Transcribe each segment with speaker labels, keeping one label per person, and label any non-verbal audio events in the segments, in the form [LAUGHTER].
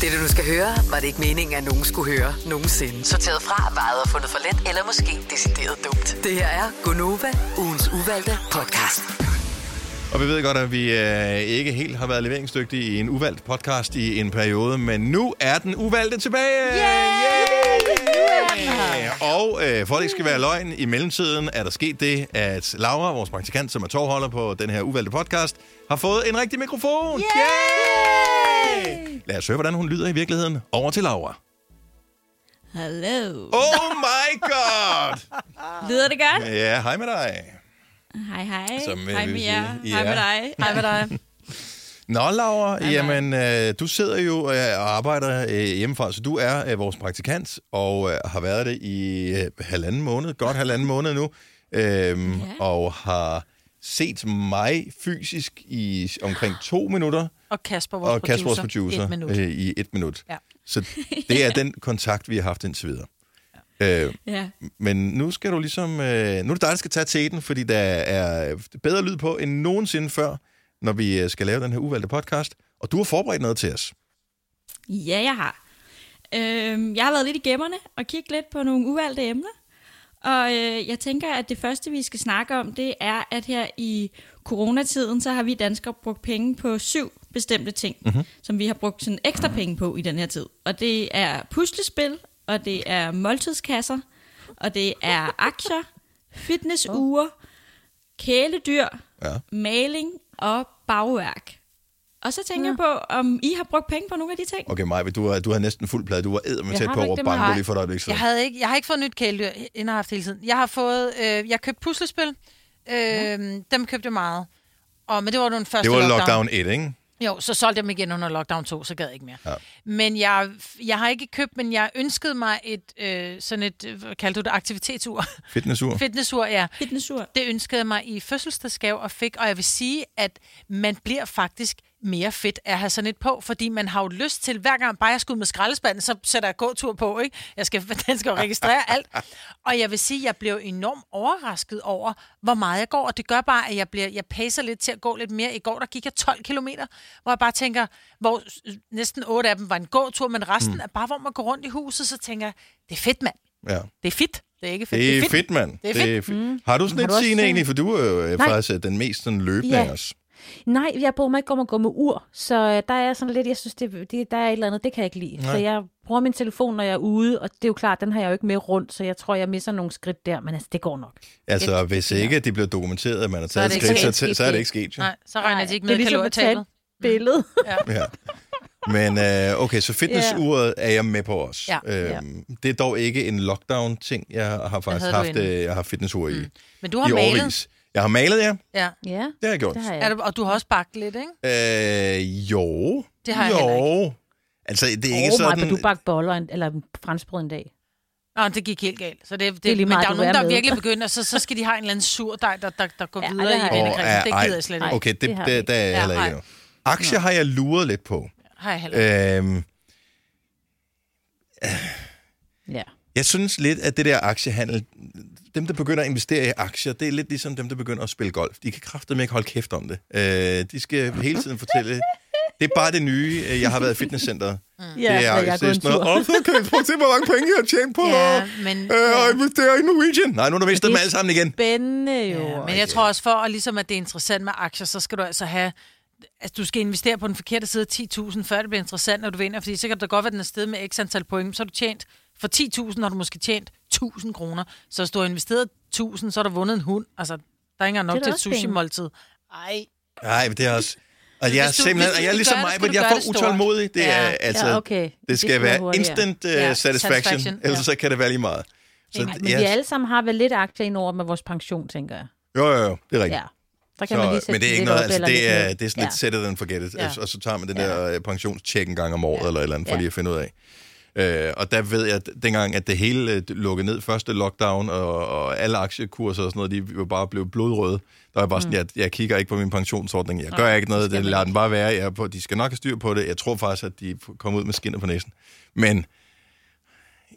Speaker 1: Det, du skal høre, var det ikke meningen, at nogen skulle høre nogensinde. Sorteret fra, vejet og fundet for let, eller måske decideret dumt. Det her er Gonova, ugens uvalgte podcast.
Speaker 2: Og vi ved godt, at vi øh, ikke helt har været leveringsdygtige i en uvalgt podcast i en periode, men nu er den uvalgte tilbage!
Speaker 3: Yay!
Speaker 2: Yeah! Og øh, for at det ikke skal være løgn, i mellemtiden er der sket det, at Laura, vores praktikant, som er tovholder på den her uvalgte podcast, har fået en rigtig mikrofon! Yay! Lad os høre, hvordan hun lyder i virkeligheden. Over til Laura.
Speaker 3: Hallo.
Speaker 2: Oh my god!
Speaker 3: Lyder det godt?
Speaker 2: Ja, hej med dig.
Speaker 3: Hej, hej.
Speaker 2: Som, øh,
Speaker 3: hej
Speaker 2: vi
Speaker 3: med
Speaker 2: vil
Speaker 3: jer.
Speaker 2: sige,
Speaker 3: Hej
Speaker 2: ja.
Speaker 3: med dig. Hej med
Speaker 2: [LAUGHS]
Speaker 3: dig.
Speaker 2: Nå, Laura, jamen, øh, du sidder jo øh, og arbejder øh, hjemmefra, så du er øh, vores praktikant og øh, har været det i øh, halvanden måned, godt halvanden måned nu, øhm, ja. og har set mig fysisk i omkring to minutter,
Speaker 4: Og Kasper, vores
Speaker 2: og Kasper, vores
Speaker 4: producer.
Speaker 2: producer,
Speaker 4: Et minut.
Speaker 2: øh, i et minut.
Speaker 4: Ja. [LAUGHS]
Speaker 2: Så det er den kontakt, vi har haft indtil videre. Ja. Øh,
Speaker 3: ja.
Speaker 2: men nu skal du ligesom... Øh, nu er det dig, der skal tage teten, fordi der er bedre lyd på end nogensinde før, når vi øh, skal lave den her uvalgte podcast. Og du har forberedt noget til os.
Speaker 3: ja, jeg har. Øhm, jeg har været lidt i gemmerne og kigget lidt på nogle uvalgte emner. Og øh, jeg tænker, at det første, vi skal snakke om, det er, at her i coronatiden, så har vi danskere brugt penge på syv bestemte ting, mm-hmm. som vi har brugt sådan ekstra penge på i den her tid. Og det er puslespil, og det er måltidskasser, og det er aktier, fitnessure, kæledyr,
Speaker 2: Ja.
Speaker 3: maling og bagværk. Og så tænker ja. jeg på, om I har brugt penge på nogle af de ting.
Speaker 2: Okay, Maja, du, har- du har næsten fuld plade. Du var æder med
Speaker 4: Jeg
Speaker 2: tæt
Speaker 4: har
Speaker 2: på
Speaker 4: nok
Speaker 2: over
Speaker 4: det, man
Speaker 2: banko
Speaker 4: har.
Speaker 2: lige for dig. Ikke så.
Speaker 4: Jeg, havde ikke, jeg har ikke fået nyt kæledyr, end har haft hele tiden. Jeg har fået, øh, jeg købte puslespil. Øh, Dem købte jeg meget. Og, men det var den første
Speaker 2: Det var
Speaker 4: lockdown.
Speaker 2: lockdown 1, ikke?
Speaker 4: Jo, så solgte jeg dem igen under lockdown 2, så gad jeg ikke mere.
Speaker 2: Ja.
Speaker 4: Men jeg, jeg har ikke købt, men jeg ønskede mig et, øh, sådan et, øh, hvad kaldte du det, aktivitetsur?
Speaker 2: Fitnessur.
Speaker 4: Fitnessur, ja.
Speaker 3: Fitnessur.
Speaker 4: Det ønskede jeg mig i fødselsdagsgave og fik, og jeg vil sige, at man bliver faktisk mere fedt af at have sådan et på, fordi man har jo lyst til, hver gang bare jeg skal ud med skraldespanden, så sætter jeg gåtur på, ikke? Jeg skal, [LAUGHS] den skal jo registrere alt. Og jeg vil sige, jeg blev enormt overrasket over, hvor meget jeg går, og det gør bare, at jeg, bliver, jeg pacer lidt til at gå lidt mere. I går, der gik jeg 12 kilometer, hvor jeg bare tænker, hvor næsten 8 af dem var en gåtur, men resten
Speaker 2: Hmm.
Speaker 4: mm. er bare, hvor man går rundt i huset, så tænker jeg, det er fedt, mand.
Speaker 2: Ja.
Speaker 4: Det er fedt. Det er ikke fedt.
Speaker 2: Det er fedt, mand.
Speaker 4: Det er fedt.
Speaker 2: fedt. Mm. Har du sådan
Speaker 5: Har
Speaker 2: et
Speaker 5: du også
Speaker 2: scene
Speaker 5: sådan-
Speaker 2: egentlig? For du er jo øh,
Speaker 5: Nej.
Speaker 2: faktisk øh, den mest sådan, løbende
Speaker 5: Ja.
Speaker 2: af os.
Speaker 5: Nej, jeg bryder mig ikke om at gå med ur, så øh, der er jeg sådan lidt, jeg synes, det, det, der er et eller andet, det kan jeg ikke lide.
Speaker 2: Nej.
Speaker 5: Så jeg bruger min telefon, når jeg er ude, og det er jo klart, den har jeg jo ikke med rundt, så jeg tror, jeg misser nogle skridt der, men altså, det går nok.
Speaker 2: Altså, hvis ikke det bliver dokumenteret, at man har
Speaker 4: er
Speaker 2: taget
Speaker 4: det
Speaker 2: et
Speaker 4: ikke
Speaker 2: skridt, så,
Speaker 5: sket.
Speaker 2: så er det ikke sket. Jo.
Speaker 4: Nej, så regner de ikke med
Speaker 5: det er ligesom at tage
Speaker 4: kalorietabet. Mm.
Speaker 5: et billede.
Speaker 2: Ja. Men øh, okay, så fitnessuret er jeg med på også.
Speaker 4: Ja.
Speaker 2: Øhm, det er dog ikke en lockdown-ting, jeg har faktisk
Speaker 4: havde du
Speaker 2: haft,
Speaker 4: inden.
Speaker 2: øh, jeg har fitnessur i, mm.
Speaker 4: Men du har
Speaker 2: i
Speaker 4: malet.
Speaker 2: årvis. Jeg har malet, ja. Det
Speaker 4: Ja.
Speaker 5: Ja,
Speaker 2: har jeg gjort.
Speaker 5: det har
Speaker 4: Er
Speaker 5: jeg.
Speaker 4: du, og du har også bagt lidt, ikke?
Speaker 2: Øh, jo.
Speaker 4: Det har jeg
Speaker 2: jo.
Speaker 4: heller
Speaker 2: Altså, det er ikke
Speaker 5: Ikke oh,
Speaker 2: sådan...
Speaker 5: sådan... du bagte boller en, eller franskbrød en dag.
Speaker 4: Nå, det gik helt galt. Så det, det,
Speaker 5: Det er lige
Speaker 4: men
Speaker 5: meget,
Speaker 4: der er
Speaker 5: du
Speaker 4: nogen,
Speaker 5: er
Speaker 4: der
Speaker 5: med.
Speaker 4: virkelig begynder, så, så skal de have en eller anden sur dej, der, der, der går
Speaker 5: Ja,
Speaker 4: ja,
Speaker 5: det
Speaker 4: videre
Speaker 5: har
Speaker 4: i
Speaker 5: jeg
Speaker 2: Åh,
Speaker 4: vennekredsen.
Speaker 2: ja,
Speaker 4: Det
Speaker 2: ej.
Speaker 4: gider jeg slet ikke.
Speaker 2: Okay, det,
Speaker 5: det har vi
Speaker 2: det,
Speaker 5: ikke.
Speaker 2: der er jeg
Speaker 4: Ja,
Speaker 2: heller
Speaker 4: ej.
Speaker 2: ikke nu. Aktier har jeg luret lidt på.
Speaker 4: Har jeg heller ikke.
Speaker 2: Øhm,
Speaker 5: Ja.
Speaker 2: Jeg synes lidt, at det der aktiehandel, dem, der begynder at investere i aktier, det er lidt ligesom dem, der begynder at spille golf. De kan kraftedeme ikke holde kæft om det. Øh, de skal hele tiden fortælle, det er bare det nye, øh, jeg har været i fitnesscenteret. Mm.
Speaker 5: Ja,
Speaker 2: det er,
Speaker 5: når jeg
Speaker 2: det er
Speaker 5: går en
Speaker 2: sådan noget,
Speaker 5: tur.
Speaker 2: åh, så kan jeg prøve at se, hvor mange penge jeg har tjent på,
Speaker 4: Ja,
Speaker 2: ja,
Speaker 4: men,
Speaker 2: øh, og
Speaker 4: ja.
Speaker 2: investere i Norwegian. Nej, nu har du mistet dem alle sammen igen.
Speaker 5: Spændende jo. Ja,
Speaker 4: men jeg tror også for, at ligesom at det er interessant med aktier, så skal du altså have... Altså, du skal investere på den forkerte side af 10.000, før det bliver interessant, når du vinder. Fordi så kan det godt være, at den er stedet med x antal point. Så har du tjent... For 10.000 har du måske tjent 1.000 kroner. Så hvis du har investeret 1.000, så har du vundet en hund. Altså, der er ikke engang
Speaker 5: Det er
Speaker 4: nok
Speaker 5: da
Speaker 4: til et
Speaker 5: også penge.
Speaker 4: sushi-måltid. Ej,
Speaker 2: Nej, men det er også... Og jeg er
Speaker 4: Hvis du-
Speaker 2: simpelthen, og
Speaker 4: hvis du
Speaker 2: jeg er
Speaker 4: skal
Speaker 2: ligesom
Speaker 4: gøre det,
Speaker 2: mig,
Speaker 4: skal
Speaker 2: men
Speaker 4: du
Speaker 2: jeg er
Speaker 4: gøre
Speaker 2: for
Speaker 4: det stort.
Speaker 2: utålmodig. Det er
Speaker 4: Ja.
Speaker 2: altså,
Speaker 5: Ja, okay.
Speaker 2: det
Speaker 5: Det
Speaker 2: skal
Speaker 5: skal være
Speaker 2: være
Speaker 5: hurtigere.
Speaker 2: instant uh,
Speaker 4: Ja,
Speaker 2: satisfaction,
Speaker 4: satisfaction,
Speaker 2: ellers
Speaker 4: ja.
Speaker 2: så kan det være lige meget. Så,
Speaker 5: Men vi alle sammen har vel lidt aktier ind over med vores pension, tænker jeg.
Speaker 2: Jo, jo, jo, det er rigtigt.
Speaker 5: Ja. Der kan
Speaker 2: Så,
Speaker 5: man lige sætte
Speaker 2: men det er ikke
Speaker 5: den lidt
Speaker 2: noget,
Speaker 5: op
Speaker 2: altså
Speaker 5: eller
Speaker 2: det
Speaker 5: lidt
Speaker 2: er,
Speaker 5: ned.
Speaker 2: det er sådan lidt set it and forget it,
Speaker 4: Ja.
Speaker 2: ja. og så tager man den der ja. pensionstjek en gang om året, ja. eller et eller andet, for ja. lige at finde ud af. Øh, og der ved jeg, at dengang, at det hele øh, lukkede ned, første lockdown, og, og alle aktiekurser og sådan noget, de var bare blevet blodrøde. Der var jeg bare sådan, jeg, jeg kigger ikke på min pensionsordning, jeg gør ikke noget, det lader den bare være, jeg er på, de skal nok have styr på det. Jeg tror faktisk, at de kommer ud med skinnet på næsen. Men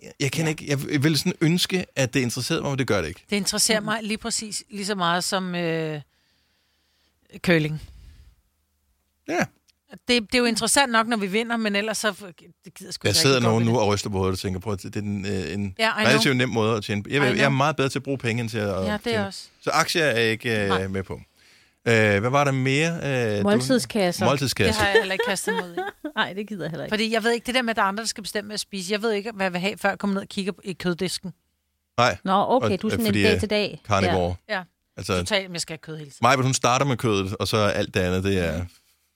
Speaker 2: jeg, jeg kan ja. ikke, jeg vil sådan ønske, at det interesserede mig, men det gør det ikke.
Speaker 4: Det interesserer mm. mig lige præcis lige så meget som øh, curling.
Speaker 2: Ja,
Speaker 4: Det, det er jo interessant nok, når vi vinder, men ellers så... Det gider sgu
Speaker 2: Der
Speaker 4: ikke
Speaker 2: sidder
Speaker 4: rigtig godt
Speaker 2: nogen
Speaker 4: ved
Speaker 2: nu
Speaker 4: det.
Speaker 2: og ryster på hovedet og tænker på, at det er en, øh, en
Speaker 4: Ja, I know.
Speaker 2: relativt nem måde at tjene. Jeg,
Speaker 4: I
Speaker 2: jeg, jeg er
Speaker 4: know.
Speaker 2: meget bedre til at bruge penge end til at
Speaker 4: Ja, det er
Speaker 2: tjene.
Speaker 4: også.
Speaker 2: Så aktier er jeg ikke øh, med på. Øh, hvad var der mere? Øh, du-
Speaker 5: Måltidskasser.
Speaker 4: Det
Speaker 2: Måltidskasser.
Speaker 4: har jeg heller ikke kastet
Speaker 2: [LAUGHS]
Speaker 4: mod i.
Speaker 5: Nej, det gider jeg heller ikke.
Speaker 4: Fordi jeg ved ikke, det der med, at der er andre, der skal bestemme med at spise. Jeg ved ikke, hvad jeg vil have, før jeg kommer ned og kigger i køddisken.
Speaker 2: Nej,
Speaker 5: Nå, okay,
Speaker 2: Og-
Speaker 5: du er sådan en
Speaker 2: fordi,
Speaker 5: dag
Speaker 2: øh,
Speaker 5: til dag.
Speaker 2: carnivore. Ja.
Speaker 4: Ja,
Speaker 2: Altså,
Speaker 4: totalt, men jeg skal have kød hele tiden.
Speaker 2: Maja, hun starter med kødet, og så alt det andet, det
Speaker 4: Mm.
Speaker 2: er...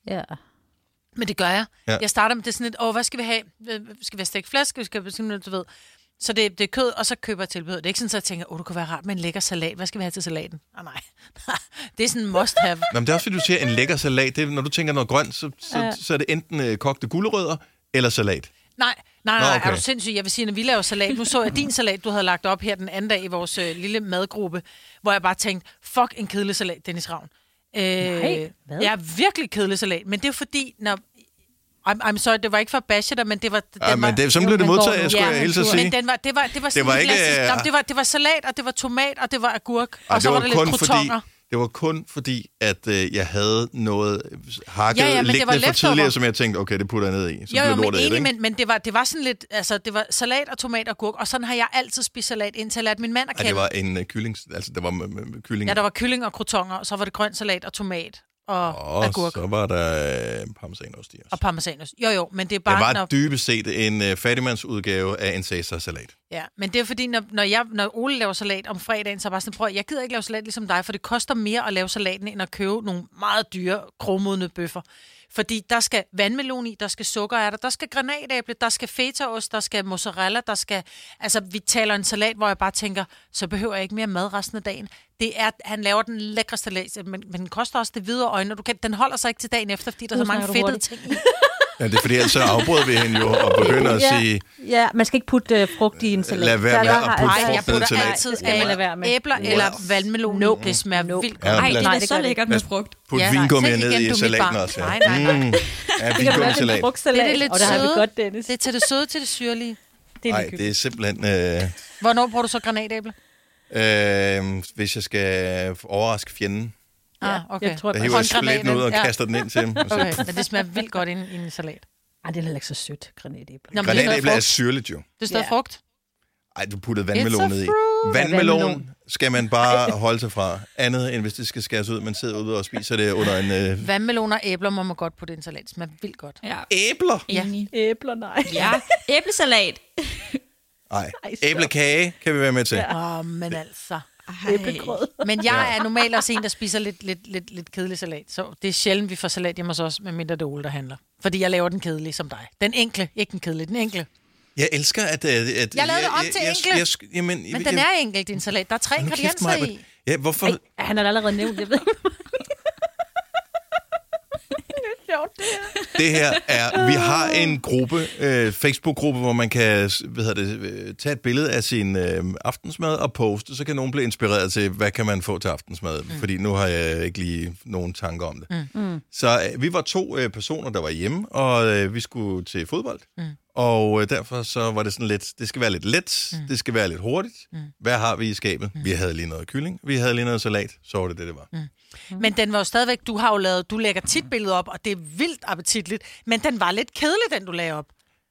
Speaker 5: Ja. ja.
Speaker 4: Men det gør jeg.
Speaker 2: Ja.
Speaker 4: Ja. Jeg starter med det er sådan lidt, åh, hvad skal vi have? Øh, Skal vi have stegt flæsk? Skal vi sådan noget, du ved. Så det, det er kød, og så køber jeg tilbehør. Det er ikke sådan, at jeg tænker, åh, det kunne være rart med en lækker salat. Hvad skal vi have til salaten? Ah, nej. [LAUGHS] det er sådan en must have.
Speaker 2: Nå, men det er også, fordi du siger, en lækker salat. Det, er, når du tænker noget grønt, så, så, ja. så er det enten øh, kogte gulerødder eller salat.
Speaker 4: Nej, nej,
Speaker 2: Nå,
Speaker 4: nej,
Speaker 2: okay.
Speaker 4: er du sindssyg? Jeg vil sige, når vi laver salat, nu så jeg din salat, du havde lagt op her den anden dag i vores øh, lille madgruppe, hvor jeg bare tænkte, fuck en kedelig salat, Dennis Ravn. Øh,
Speaker 5: Nej, hvad?
Speaker 4: Jeg er virkelig kedelig salat, men det er fordi, når... I'm, I'm sorry, det var ikke for at bashe dig, men det var... Den
Speaker 2: Ja,
Speaker 4: var,
Speaker 2: Ah, men det, sådan
Speaker 5: jo,
Speaker 2: blev det
Speaker 5: man går
Speaker 2: modtaget,
Speaker 5: nu.
Speaker 2: skulle
Speaker 5: Ja,
Speaker 2: jeg hilse at sige.
Speaker 4: Men den var, det var, det var,
Speaker 2: Det var
Speaker 4: sådan
Speaker 2: ikke,
Speaker 4: klassisk.
Speaker 2: øh,
Speaker 4: Nå, men det, var, det var salat, og det var tomat, og det var agurk.
Speaker 2: Ej,
Speaker 4: og så var, der lidt
Speaker 2: fordi,
Speaker 4: krotonger.
Speaker 2: det var kun fordi, at øh, jeg havde noget øh, hakket
Speaker 4: Ja,
Speaker 2: ja,
Speaker 4: ja,
Speaker 2: ja,
Speaker 4: men det var
Speaker 2: liggende fra
Speaker 4: leftover.
Speaker 2: tidligere, som jeg tænkte, okay, det putter jeg ned i. Så
Speaker 4: Jo,
Speaker 2: bliver
Speaker 4: jo, men
Speaker 2: lortet af det,
Speaker 4: enig,
Speaker 2: ikke?
Speaker 4: men, men det, var, det var sådan lidt, altså det var salat og tomat og gurk, og sådan har jeg altid spist salat, indtil jeg lærte min mand at
Speaker 2: Ej,
Speaker 4: kende.
Speaker 2: det var en uh, kylling, altså det var med, med, med kylling.
Speaker 4: Ja, der var kylling og krotonger, og så var det grøn salat og tomat og
Speaker 2: og
Speaker 4: oh, agurk
Speaker 2: så var der øh, parmesanost i også.
Speaker 4: og parmesanost. Jo, jo, men det er bare...
Speaker 2: Det var
Speaker 4: når,
Speaker 2: dybest set en øh, fattigmandsudgave af en Cæsar-salat.
Speaker 4: ja, men det er fordi, når, når, jeg, når Ole laver salat om fredagen, så er jeg bare sådan, prøv, at- jeg gider ikke lave salat ligesom dig, for det koster mere at lave salaten, end at købe nogle meget dyre, krogmodne bøffer. Fordi der skal vandmelon i, der skal sukkerærter, der skal granatæble, der skal fetaost, der skal mozzarella, der skal... Altså, vi taler en salat, hvor jeg bare tænker, så behøver jeg ikke mere mad resten af dagen. Det er, han laver den lækreste læs, men, men den koster også det hvide øjne, og du kan, den holder sig ikke til dagen efter, fordi der er
Speaker 5: Nu
Speaker 4: så mange
Speaker 5: snakker du
Speaker 4: fedtede
Speaker 5: hurtigt.
Speaker 4: ting i.
Speaker 2: Ja, det er fordi, ellers så afbrød vi hende jo og begynder at sige,
Speaker 5: ja, man skal ikke putte øh, frugt i en salat.
Speaker 2: Lad være
Speaker 5: Der-
Speaker 2: med
Speaker 5: der
Speaker 2: at
Speaker 5: har-
Speaker 2: putte
Speaker 5: Ej,
Speaker 2: frugt
Speaker 4: Nej, jeg
Speaker 2: ned i
Speaker 4: putter
Speaker 2: salaten.
Speaker 4: altid
Speaker 5: Det skal man lade være med.
Speaker 4: æbler eller vandmelon. Nope. Det smager
Speaker 5: Nope.
Speaker 4: vildt
Speaker 2: Ja,
Speaker 4: godt.
Speaker 3: Ej,
Speaker 2: blandt-
Speaker 3: det
Speaker 5: Nej,
Speaker 3: er da
Speaker 5: det
Speaker 3: så
Speaker 5: gør det
Speaker 3: lækkert med frugt.
Speaker 2: Put
Speaker 4: Ja,
Speaker 2: ja,
Speaker 4: nej,
Speaker 2: vingummi
Speaker 4: så
Speaker 2: ned
Speaker 4: igen,
Speaker 2: i
Speaker 4: du er mit
Speaker 2: salaten
Speaker 4: barn.
Speaker 2: også.
Speaker 4: Nej, nej, nej.
Speaker 2: Mm. Ja,
Speaker 5: Det kan være til
Speaker 2: vingummisalat.
Speaker 5: frugtsalat,
Speaker 4: Det er lidt
Speaker 5: og der har vi
Speaker 4: søde.
Speaker 5: godt, Dennis.
Speaker 4: Det er til det søde, til det syrlige.
Speaker 5: Det er
Speaker 2: Nej,
Speaker 5: ligegyldigt.
Speaker 2: det er simpelthen... Øh,
Speaker 4: Hvornår bruger du så granatæble?
Speaker 2: øh, hvis jeg skal overraske fjenden,
Speaker 4: Ah, okay.
Speaker 5: Jeg tror,
Speaker 2: der
Speaker 5: jeg
Speaker 2: hiver jeg salaten ud og kaster den ind til ham. Og så,
Speaker 4: [LAUGHS] Okay, men det smager vildt godt ind i en salat.
Speaker 5: Ej, det er heller ikke så sødt, granatæble.
Speaker 4: Nå, men det er stadig
Speaker 2: Granatæble er
Speaker 4: frugt.
Speaker 2: syrligt jo.
Speaker 4: Det er stadig
Speaker 5: Ja.
Speaker 4: frugt.
Speaker 2: Ej, du puttede vandmelon
Speaker 4: It's a
Speaker 2: ned i.
Speaker 4: fruit.
Speaker 2: Vandmelon
Speaker 5: vandmelon.
Speaker 2: skal man bare holde sig fra. Andet end hvis det skal skæres ud. Man sidder ude og spiser det under en... Øh,
Speaker 4: Vandmelon og æbler må man godt putte i en salat. Det smager vildt godt.
Speaker 3: Ja,
Speaker 2: æbler?
Speaker 4: Ja.
Speaker 3: enig.
Speaker 5: Æbler, nej.
Speaker 3: Ja, æblesalat.
Speaker 4: [LAUGHS]
Speaker 2: Nej,
Speaker 5: Ej, stop.
Speaker 2: æblekage kan vi være med til.
Speaker 4: Åh, oh, men altså.
Speaker 3: Ej.
Speaker 5: Æblegrød.
Speaker 4: Men jeg er normalt også en, der spiser lidt, lidt, lidt, lidt kedelig salat. Så det er sjældent, vi får salat hjemme hos os, medmindre det er Ole, der handler. Fordi jeg laver den kedelige som dig. Den enkle, ikke den kedelige, den enkle.
Speaker 2: Jeg elsker, at... at, at
Speaker 4: Jeg lavede det om til enkle.
Speaker 2: jeg- jamen,
Speaker 4: Men den er enkel, din salat. Der er tre
Speaker 2: Hold nu kæft,
Speaker 4: ingredienser
Speaker 2: Maj-Brit.
Speaker 4: i.
Speaker 2: Ja, hvorfor?
Speaker 5: Ej, han har da allerede nævnt, jeg ved ikke.
Speaker 2: Det her er, vi har en gruppe, øh, Facebook-gruppe, hvor man kan hvad hedder det, øh, tage et billede af sin øh, aftensmad og poste, så kan nogen blive inspireret til, hvad kan man få til aftensmad, mm. fordi nu har jeg ikke lige nogen tanker om det. Mm. Så øh, vi var to øh, personer, der var hjemme, og øh, vi skulle til fodbold, mm. og øh, derfor så var det sådan lidt, det skal være lidt let, mm. det skal være lidt hurtigt. Mm. Hvad har vi i skabet? Mm. Vi havde lige noget kylling, vi havde lige noget salat, så var det det, det var. Mm.
Speaker 4: Men den var jo stadigvæk, du har jo lavet, du lægger tit billeder op, og det er vildt appetitligt. Men den var lidt kedelig, den du lagde op.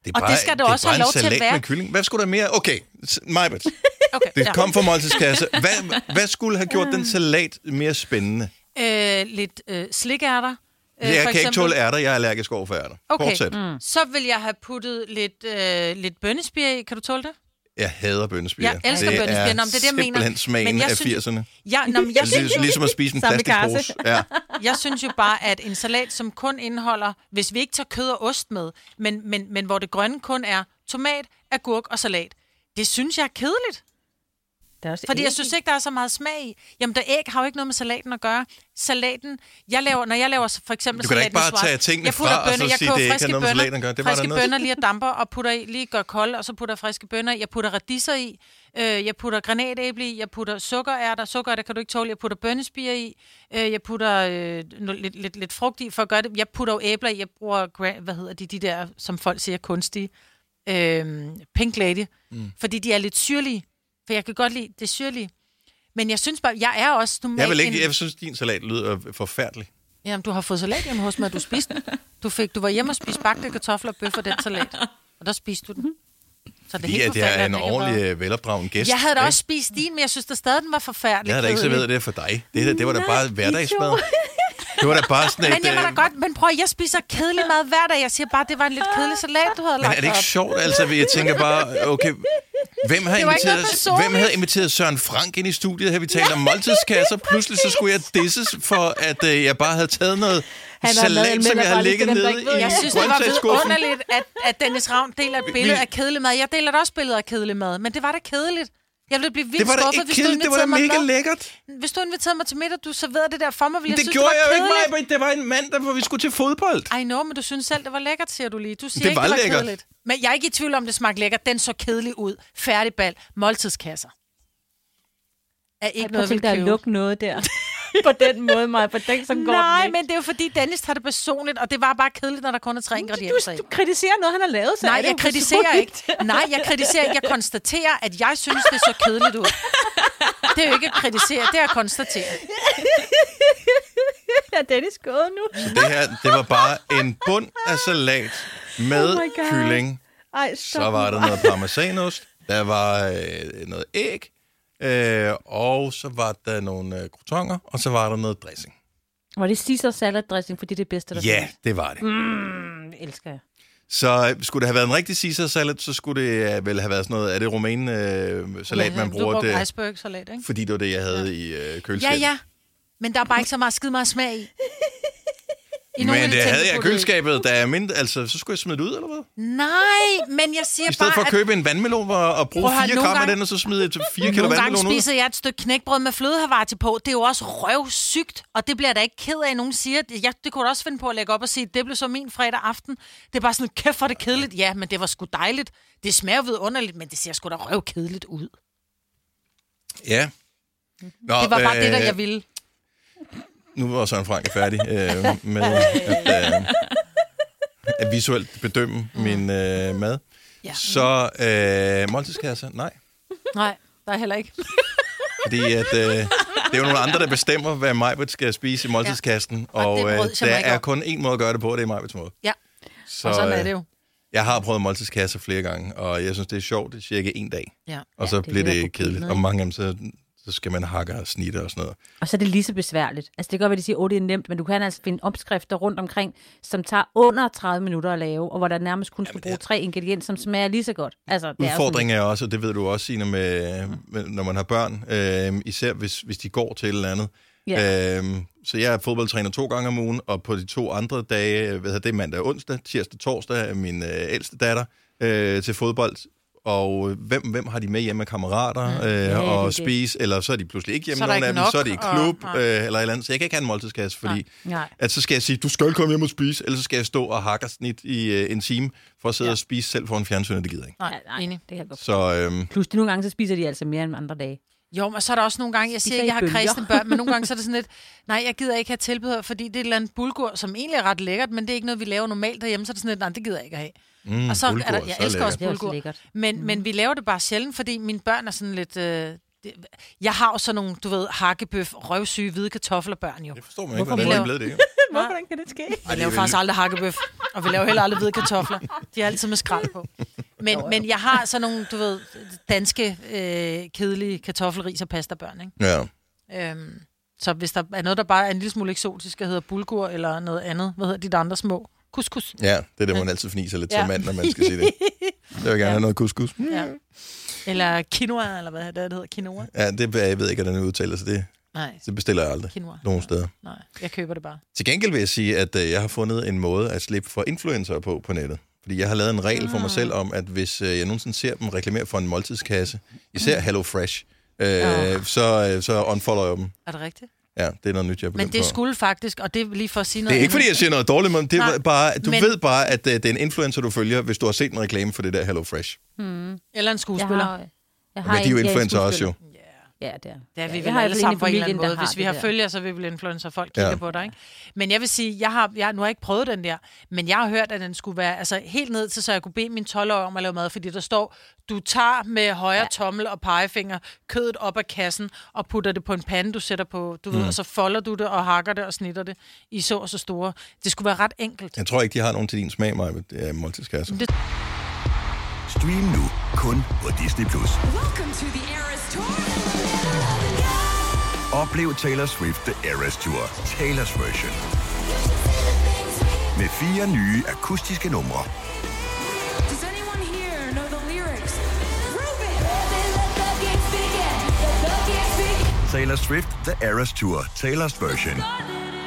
Speaker 2: Det
Speaker 4: Og det skal du
Speaker 2: er
Speaker 4: også
Speaker 2: bare
Speaker 4: have
Speaker 2: en
Speaker 4: lov til at
Speaker 2: salat
Speaker 4: være.
Speaker 2: Med kylling. Hvad skulle der mere? Okay, s- Majbert.
Speaker 4: Okay,
Speaker 2: Det kom fra måltidskasse. Hvad, hvad skulle have gjort den salat mere spændende?
Speaker 4: Øh, lidt øh, slikærter.
Speaker 2: Øh, jeg kan ikke tåle ærter. Jeg er allergisk over for ærter.
Speaker 4: Okay,
Speaker 2: Fortsæt. Mm.
Speaker 4: Mm. så vil jeg have puttet lidt, øh, lidt bønnespir i. Kan du tåle det?
Speaker 2: Jeg hader bønnespiger.
Speaker 4: Jeg elsker bønnespirer. Nå, men det er det, jeg mener.
Speaker 2: simpelthen smagen
Speaker 4: Men jeg
Speaker 2: af
Speaker 4: synes-
Speaker 2: 80'erne.
Speaker 4: Ja, nå, men
Speaker 2: [LAUGHS]
Speaker 4: jeg, synes
Speaker 2: Det er
Speaker 4: jo,
Speaker 2: ligesom at spise en
Speaker 5: Samme kasse.
Speaker 2: plastikpose. Ja.
Speaker 4: jeg synes jo bare, at en salat, som kun indeholder, hvis vi ikke tager kød og ost med, men, men, men hvor det grønne kun er tomat, agurk og salat, det synes jeg er kedeligt.
Speaker 5: Der er også
Speaker 4: Fordi
Speaker 5: æg
Speaker 4: jeg synes ikke, der er så meget smag i. Jamen, der æg har jo ikke noget med salaten at gøre. Salaten, jeg laver, når jeg laver for eksempel
Speaker 2: Du kan da
Speaker 4: salaten
Speaker 2: ikke bare
Speaker 4: i Schweiz,
Speaker 2: tage tingene
Speaker 4: jeg putter
Speaker 2: fra og så
Speaker 4: bønner, jeg
Speaker 2: sige,
Speaker 4: koger
Speaker 2: det ikke har
Speaker 4: friske
Speaker 2: noget med
Speaker 4: bønner,
Speaker 2: salaten at gøre. Det var da
Speaker 4: friske
Speaker 2: noget-
Speaker 4: bønner lige og damper og putter i, lige gør kolde, og så putter jeg friske bønner i. Jeg putter radiser i, øh, jeg putter granatæble i, jeg putter sukkerærter, sukkerærter kan du ikke tåle, jeg putter bønnespiger i, øh, jeg putter øh, no- lidt, lidt, lidt, frugt i for at gøre det. Jeg putter jo æbler i, jeg bruger, gra- hvad hedder de, de der, som folk siger, kunstige øh, Pink Lady, mm. fordi de er lidt syrlige. For jeg kan godt lide det syrlige. Men jeg synes bare, jeg er også normalt
Speaker 2: Jeg, vil ikke,
Speaker 4: en...
Speaker 2: jeg synes, din salat lyder forfærdelig.
Speaker 4: Jamen, du har fået salat hjemme hos mig, og du spiste den. Du, fik, du var hjemme og spiste bagte kartofler og bøf og den salat. Og der spiste du den. Så det er helt
Speaker 2: Ja, det
Speaker 4: forfærdeligt,
Speaker 2: er
Speaker 4: at
Speaker 2: en
Speaker 4: den ikke
Speaker 2: ordentlig
Speaker 4: været-
Speaker 2: øh, velopdragen gæst.
Speaker 4: Jeg havde da
Speaker 2: ikke?
Speaker 4: også spist din, men jeg synes da stadig, den var forfærdelig.
Speaker 2: Jeg havde da ikke
Speaker 4: kedelig.
Speaker 2: serveret det for dig. Det, der, det var da
Speaker 5: Nej, I
Speaker 2: bare
Speaker 5: to.
Speaker 2: hverdagsmad. Det var da bare sådan et...
Speaker 4: [LAUGHS] Men jeg var da
Speaker 2: øh,
Speaker 4: godt, men prøv at- jeg spiser kedelig mad hver dag. Jeg siger bare, det var en lidt kedelig salat, du havde
Speaker 2: Men
Speaker 4: lagt
Speaker 2: er det ikke
Speaker 4: op.
Speaker 2: sjovt? Altså, jeg tænker bare, okay, hvem havde,
Speaker 4: Det var ikke
Speaker 2: inviteret,
Speaker 4: noget personligt.
Speaker 2: hvem havde inviteret Søren Frank ind i studiet? Havde vi talt om måltidskasser? Pludselig så skulle jeg disses for, at øh, jeg bare havde taget noget
Speaker 5: Han har lavet
Speaker 2: salat,
Speaker 5: en
Speaker 2: som
Speaker 5: middag
Speaker 2: jeg havde
Speaker 5: bare lige
Speaker 2: ligget
Speaker 5: til dem, der
Speaker 2: nede
Speaker 5: ikke ved
Speaker 2: i
Speaker 4: Jeg synes, det var
Speaker 2: grøntsagsskuffen.
Speaker 4: underligt, at, at Dennis Ravn deler et billede
Speaker 2: Vi-
Speaker 4: af kedelig mad. Jeg deler da også billeder af kedelig mad, men det var da kedeligt. Jeg ville blive vildt
Speaker 2: Det var da
Speaker 4: skuffet,
Speaker 2: ikke
Speaker 4: hvis, du
Speaker 2: kedeligt, det var da
Speaker 4: inviterede mig
Speaker 2: mega
Speaker 4: med.
Speaker 2: lækkert.
Speaker 4: hvis du inviterede mig til middag, du serverede det der for mig, ville
Speaker 2: Det
Speaker 4: jeg synes,
Speaker 2: gjorde
Speaker 4: det var
Speaker 2: jeg jo ikke,
Speaker 4: kedeligt.
Speaker 2: Maja. Det var en mandag, hvor vi skulle til fodbold.
Speaker 4: Ej, nå, men du synes selv, det var lækkert, siger du lige. Du siger
Speaker 2: Det
Speaker 4: ikke,
Speaker 2: var
Speaker 4: det var
Speaker 2: lækkert.
Speaker 4: kedeligt. Men jeg er ikke i tvivl om, det smagte lækkert. Den så kedelig ud. Færdigbal. Måltidskasser. Er ikke noget,
Speaker 5: Jeg kan
Speaker 4: jeg vil
Speaker 5: tænke dig at
Speaker 4: købe.
Speaker 5: lukke noget der. [LAUGHS] på den måde, mig. På den, som går
Speaker 4: Nej,
Speaker 5: den ikke.
Speaker 4: men det er jo fordi, Dennis tager det personligt, og det var bare kedeligt, når der kun er tre ingredienser i.
Speaker 5: du, du kritiserer noget, han har lavet, så er
Speaker 4: Nej,
Speaker 5: det
Speaker 4: jeg
Speaker 5: jo
Speaker 4: kritiserer ikke.
Speaker 5: personligt. [LAUGHS]
Speaker 4: Nej, jeg kritiserer ikke. Jeg konstaterer, at jeg synes, det så kedeligt ud. Det er jo ikke at kritisere, det er at konstatere.
Speaker 5: er Dennis gået nu?
Speaker 2: Det her, det var bare en bund af salat med
Speaker 5: Oh my God.
Speaker 2: kylling.
Speaker 5: Ej, stop.
Speaker 2: Så var der noget parmesanost, der var øh, noget æg, øh, og så var der nogle øh, croutons, og så var der noget dressing.
Speaker 5: Var det Caesar salad dressing, fordi det er bedste, der
Speaker 2: Ja, det var det. Mm.
Speaker 5: findes? elsker jeg.
Speaker 2: Så øh, skulle det have været en rigtig Caesar salad, så skulle det øh, vel have været sådan noget, er det romaine øh, salat, man
Speaker 4: du
Speaker 2: bruger
Speaker 4: brugte
Speaker 2: det?
Speaker 4: iceberg-salat, ikke?
Speaker 2: Fordi det var det, jeg havde i øh,
Speaker 4: Ja,
Speaker 2: køleskabet.
Speaker 4: ja. Men der er bare ikke så meget skide meget smag i. I nogle af
Speaker 2: Men
Speaker 4: de
Speaker 2: det
Speaker 4: ting,
Speaker 2: havde
Speaker 4: vi
Speaker 2: jeg i
Speaker 4: puttede i.
Speaker 2: køleskabet, der er mindre, altså, så skulle jeg smide det ud, eller hvad?
Speaker 4: Nej, men jeg siger
Speaker 2: I stedet
Speaker 4: bare,
Speaker 2: for at
Speaker 4: at
Speaker 2: købe en vandmelon og, og bruge
Speaker 4: Prøv at høre,
Speaker 2: fire
Speaker 4: nogle
Speaker 2: gram af
Speaker 4: gange-
Speaker 2: den, og så smide et fire kilo
Speaker 4: Nogle gange
Speaker 2: vandmelon ud.
Speaker 4: spiser jeg et stykke knækbrød med flødehavarti på. Det er jo også røvsygt, og det bliver jeg da ikke ked af, nogen siger. Jeg, det kunne jeg da også finde på at lægge op og sige, det blev så min fredag aften. Det er bare sådan, kæft for det kedeligt. Ja, men det var sgu dejligt. Det smager ved underligt, men det ser sgu da røvkedeligt ud.
Speaker 2: Ja. Nå,
Speaker 4: Det var bare
Speaker 2: øh,
Speaker 4: det, der jeg ville.
Speaker 2: Nu var Søren Frank færdig øh, med at, øh, at visuelt bedømme min øh, mad.
Speaker 4: Mm. Ja.
Speaker 2: Så øh, måltidskasser, nej.
Speaker 4: Nej, der er heller ikke.
Speaker 2: Fordi at, øh, det er jo nogle andre, der bestemmer, hvad Majbert skal spise i måltidskassen. Og,
Speaker 4: Og det er
Speaker 2: øh,
Speaker 4: brød, som
Speaker 2: der
Speaker 4: jeg ikke
Speaker 2: er
Speaker 4: op.
Speaker 2: kun én måde at gøre det på, og det er Majberts måde.
Speaker 4: Ja,
Speaker 2: Så,
Speaker 4: og sådan er
Speaker 2: øh,
Speaker 4: det jo.
Speaker 2: Jeg har prøvet måltidskasser flere gange, og jeg synes, det er sjovt. Det er cirka en dag,
Speaker 4: Ja.
Speaker 2: og så
Speaker 5: det er
Speaker 2: bliver
Speaker 5: det, der er
Speaker 2: det kedeligt.
Speaker 5: problemet,
Speaker 2: Og mange af dem, så, så skal man hakke og snitte og sådan noget.
Speaker 5: Og så er det lige så besværligt. Altså det kan godt være, de siger, at det er nemt, men du kan altså finde opskrifter rundt omkring, som tager under 30 minutter at lave, og hvor der nærmest kun skal bruge tre ingredienser, som smager lige så godt. Altså, det
Speaker 2: Udfordringen er også, og det ved du også, Signe, med, med, når man har børn, øh, især hvis, hvis de går til et eller andet.
Speaker 5: Ja.
Speaker 2: Øh, så jeg er fodboldtræner to gange om ugen, og på de to andre dage, øh, hvad hedder det, mandag og onsdag, tirsdag og torsdag, er min øh, ældste datter øh, til fodbold. Og øh, hvem, hvem har de med hjemme af kammerater øh, ja,
Speaker 5: det er
Speaker 2: og
Speaker 5: det.
Speaker 2: spise, eller så er de pludselig ikke hjemme
Speaker 4: Så er der
Speaker 2: nogen af
Speaker 4: ikke
Speaker 2: dem,
Speaker 4: nok,
Speaker 2: så er de i
Speaker 4: og-
Speaker 2: klub
Speaker 4: nej.
Speaker 2: øh, eller et eller andet, så jeg kan ikke have en måltidskasse, fordi
Speaker 5: Nej. Nej.
Speaker 2: at så skal jeg sige, du skal komme hjem og spise, eller så skal jeg stå og hakke og snit i øh, en time for at sidde ja. og spise selv foran fjernsynet, det gider jeg ikke.
Speaker 4: Nej,
Speaker 5: Ja, nej,
Speaker 4: enig.
Speaker 5: det kan jeg godt.
Speaker 2: Så øhm,
Speaker 5: Plus, de nogle gange så spiser de altså mere end andre dage.
Speaker 4: Jo, men så er der også nogle gange, jeg siger,
Speaker 5: Spiser
Speaker 4: at
Speaker 5: I
Speaker 4: jeg har
Speaker 5: bølger?
Speaker 4: kristne børn, men nogle gange så er det sådan
Speaker 5: [LAUGHS]
Speaker 4: lidt, nej, jeg gider ikke have tilbehør, fordi det er et eller andet bulgur, som egentlig er ret lækkert, men det er ikke noget, vi laver normalt derhjemme, så er det sådan lidt, nej, det gider jeg ikke at have. Mm, og så
Speaker 2: bulgur,
Speaker 4: er der,
Speaker 2: så
Speaker 4: jeg
Speaker 2: lækkert.
Speaker 4: elsker også
Speaker 5: Det er også
Speaker 4: bulgur,
Speaker 5: lækkert.
Speaker 4: men, mm. men vi laver det bare sjældent, fordi mine børn er sådan lidt... Øh, det, jeg har jo sådan nogle, du ved, hakkebøf, røvsyge, hvide kartoflerbørn jo.
Speaker 2: Jeg forstår mig ikke,
Speaker 5: Hvorfor
Speaker 2: hvordan
Speaker 4: vi
Speaker 2: det er
Speaker 4: laver-
Speaker 2: blevet
Speaker 4: [LAUGHS]
Speaker 2: det.
Speaker 5: Hvordan kan det ske?
Speaker 4: Vi laver faktisk aldrig hakkebøf, og vi laver heller aldrig hvide kartofler. De er altid med skrald på. Men, men jeg har sådan nogle, du ved, danske, øh, kedelige kartoffelris og pastabørn, ikke?
Speaker 2: Ja.
Speaker 4: Øhm, så hvis der er noget, der bare er en lille smule eksotisk, der hedder bulgur eller noget andet, hvad hedder de der andre små? Couscous.
Speaker 2: ja, det er det, man altid fniser lidt ja.
Speaker 4: Ja.
Speaker 2: til mand, når man skal sige
Speaker 4: [LAUGHS]
Speaker 2: det. Jeg vil gerne ja. have noget couscous.
Speaker 4: Ja. Eller quinoa, eller hvad det, er, det hedder, quinoa.
Speaker 2: Ja, det jeg ved ikke, hvordan det udtaler, så det,
Speaker 4: Nej,
Speaker 2: det bestiller jeg aldrig
Speaker 4: quinoa.
Speaker 2: nogen steder.
Speaker 4: Nej, jeg køber det bare.
Speaker 2: Til gengæld vil jeg sige, at øh, jeg har fundet en måde at slippe for influencer på på nettet. Fordi jeg har lavet en regel for mig selv om, at hvis øh, jeg nogensinde ser dem reklamere for en måltidskasse,
Speaker 4: Mm.
Speaker 2: især Hello Fresh, øh,
Speaker 4: Ah.
Speaker 2: så, øh, så unfollower jeg dem.
Speaker 4: Er det rigtigt?
Speaker 2: Ja, det er noget nyt, jeg er
Speaker 4: Men
Speaker 2: begyndt
Speaker 4: det
Speaker 2: på.
Speaker 4: skulle faktisk, og det er lige for at sige noget
Speaker 2: Det er ikke, fordi
Speaker 4: andet.
Speaker 2: jeg siger noget dårligt, men det er
Speaker 4: Nej,
Speaker 2: bare, du men...
Speaker 4: men-
Speaker 2: ved bare, at øh, det er en influencer, du følger, hvis du har set en reklame for det der Hello Fresh.
Speaker 4: Eller en
Speaker 5: Jeg
Speaker 4: skuespiller.
Speaker 5: har, jeg har
Speaker 2: Men de er jo
Speaker 5: en- ja, en
Speaker 2: influencer også
Speaker 5: skuespiller.
Speaker 2: jo.
Speaker 5: Ja, det er.
Speaker 4: Det er vi
Speaker 5: ja,
Speaker 4: ja,
Speaker 5: jeg
Speaker 4: vel
Speaker 5: har
Speaker 4: alle
Speaker 5: altså en i
Speaker 4: sammen på en eller
Speaker 5: familien,
Speaker 4: anden
Speaker 5: der
Speaker 4: måde. Hvis vi
Speaker 5: det
Speaker 4: har
Speaker 5: der.
Speaker 4: følger, så vil vi influencer, folk kigger
Speaker 2: Ja.
Speaker 4: ja. på dig. Ikke? Men jeg vil sige, jeg har, jeg, nu har jeg ikke prøvet den der, men jeg har hørt, at den skulle være altså, helt ned til, så jeg kunne bede min 12-årige om at lave mad, fordi der står, du tager med højre ja. tommel og pegefinger kødet op af kassen og putter det på en pande, du sætter på, du mm. ved, og så folder du det og hakker det og snitter det i så og så store. Det skulle være ret enkelt.
Speaker 2: Jeg tror ikke, de har nogen til din smag, mig med måltidskasser.
Speaker 4: Det-
Speaker 6: Stream nu kun på Disney+. Plus.
Speaker 7: Welcome to the Eras Tour.
Speaker 6: Oplev Taylor Swift The Eras Tour, Taylor's version. Med fire nye akustiske numre.
Speaker 7: Does anyone here know the lyrics? Ruben!
Speaker 6: Taylor Swift The Eras Tour, Taylor's version.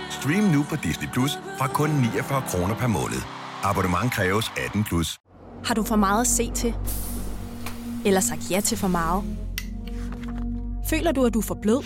Speaker 6: Stream nu på Disney Plus fra kun 49 kroner per måned. Abonnement kræves 18 plus.
Speaker 8: Har du for meget at se til? Eller sagt ja til for meget? Føler du, at du er for blød?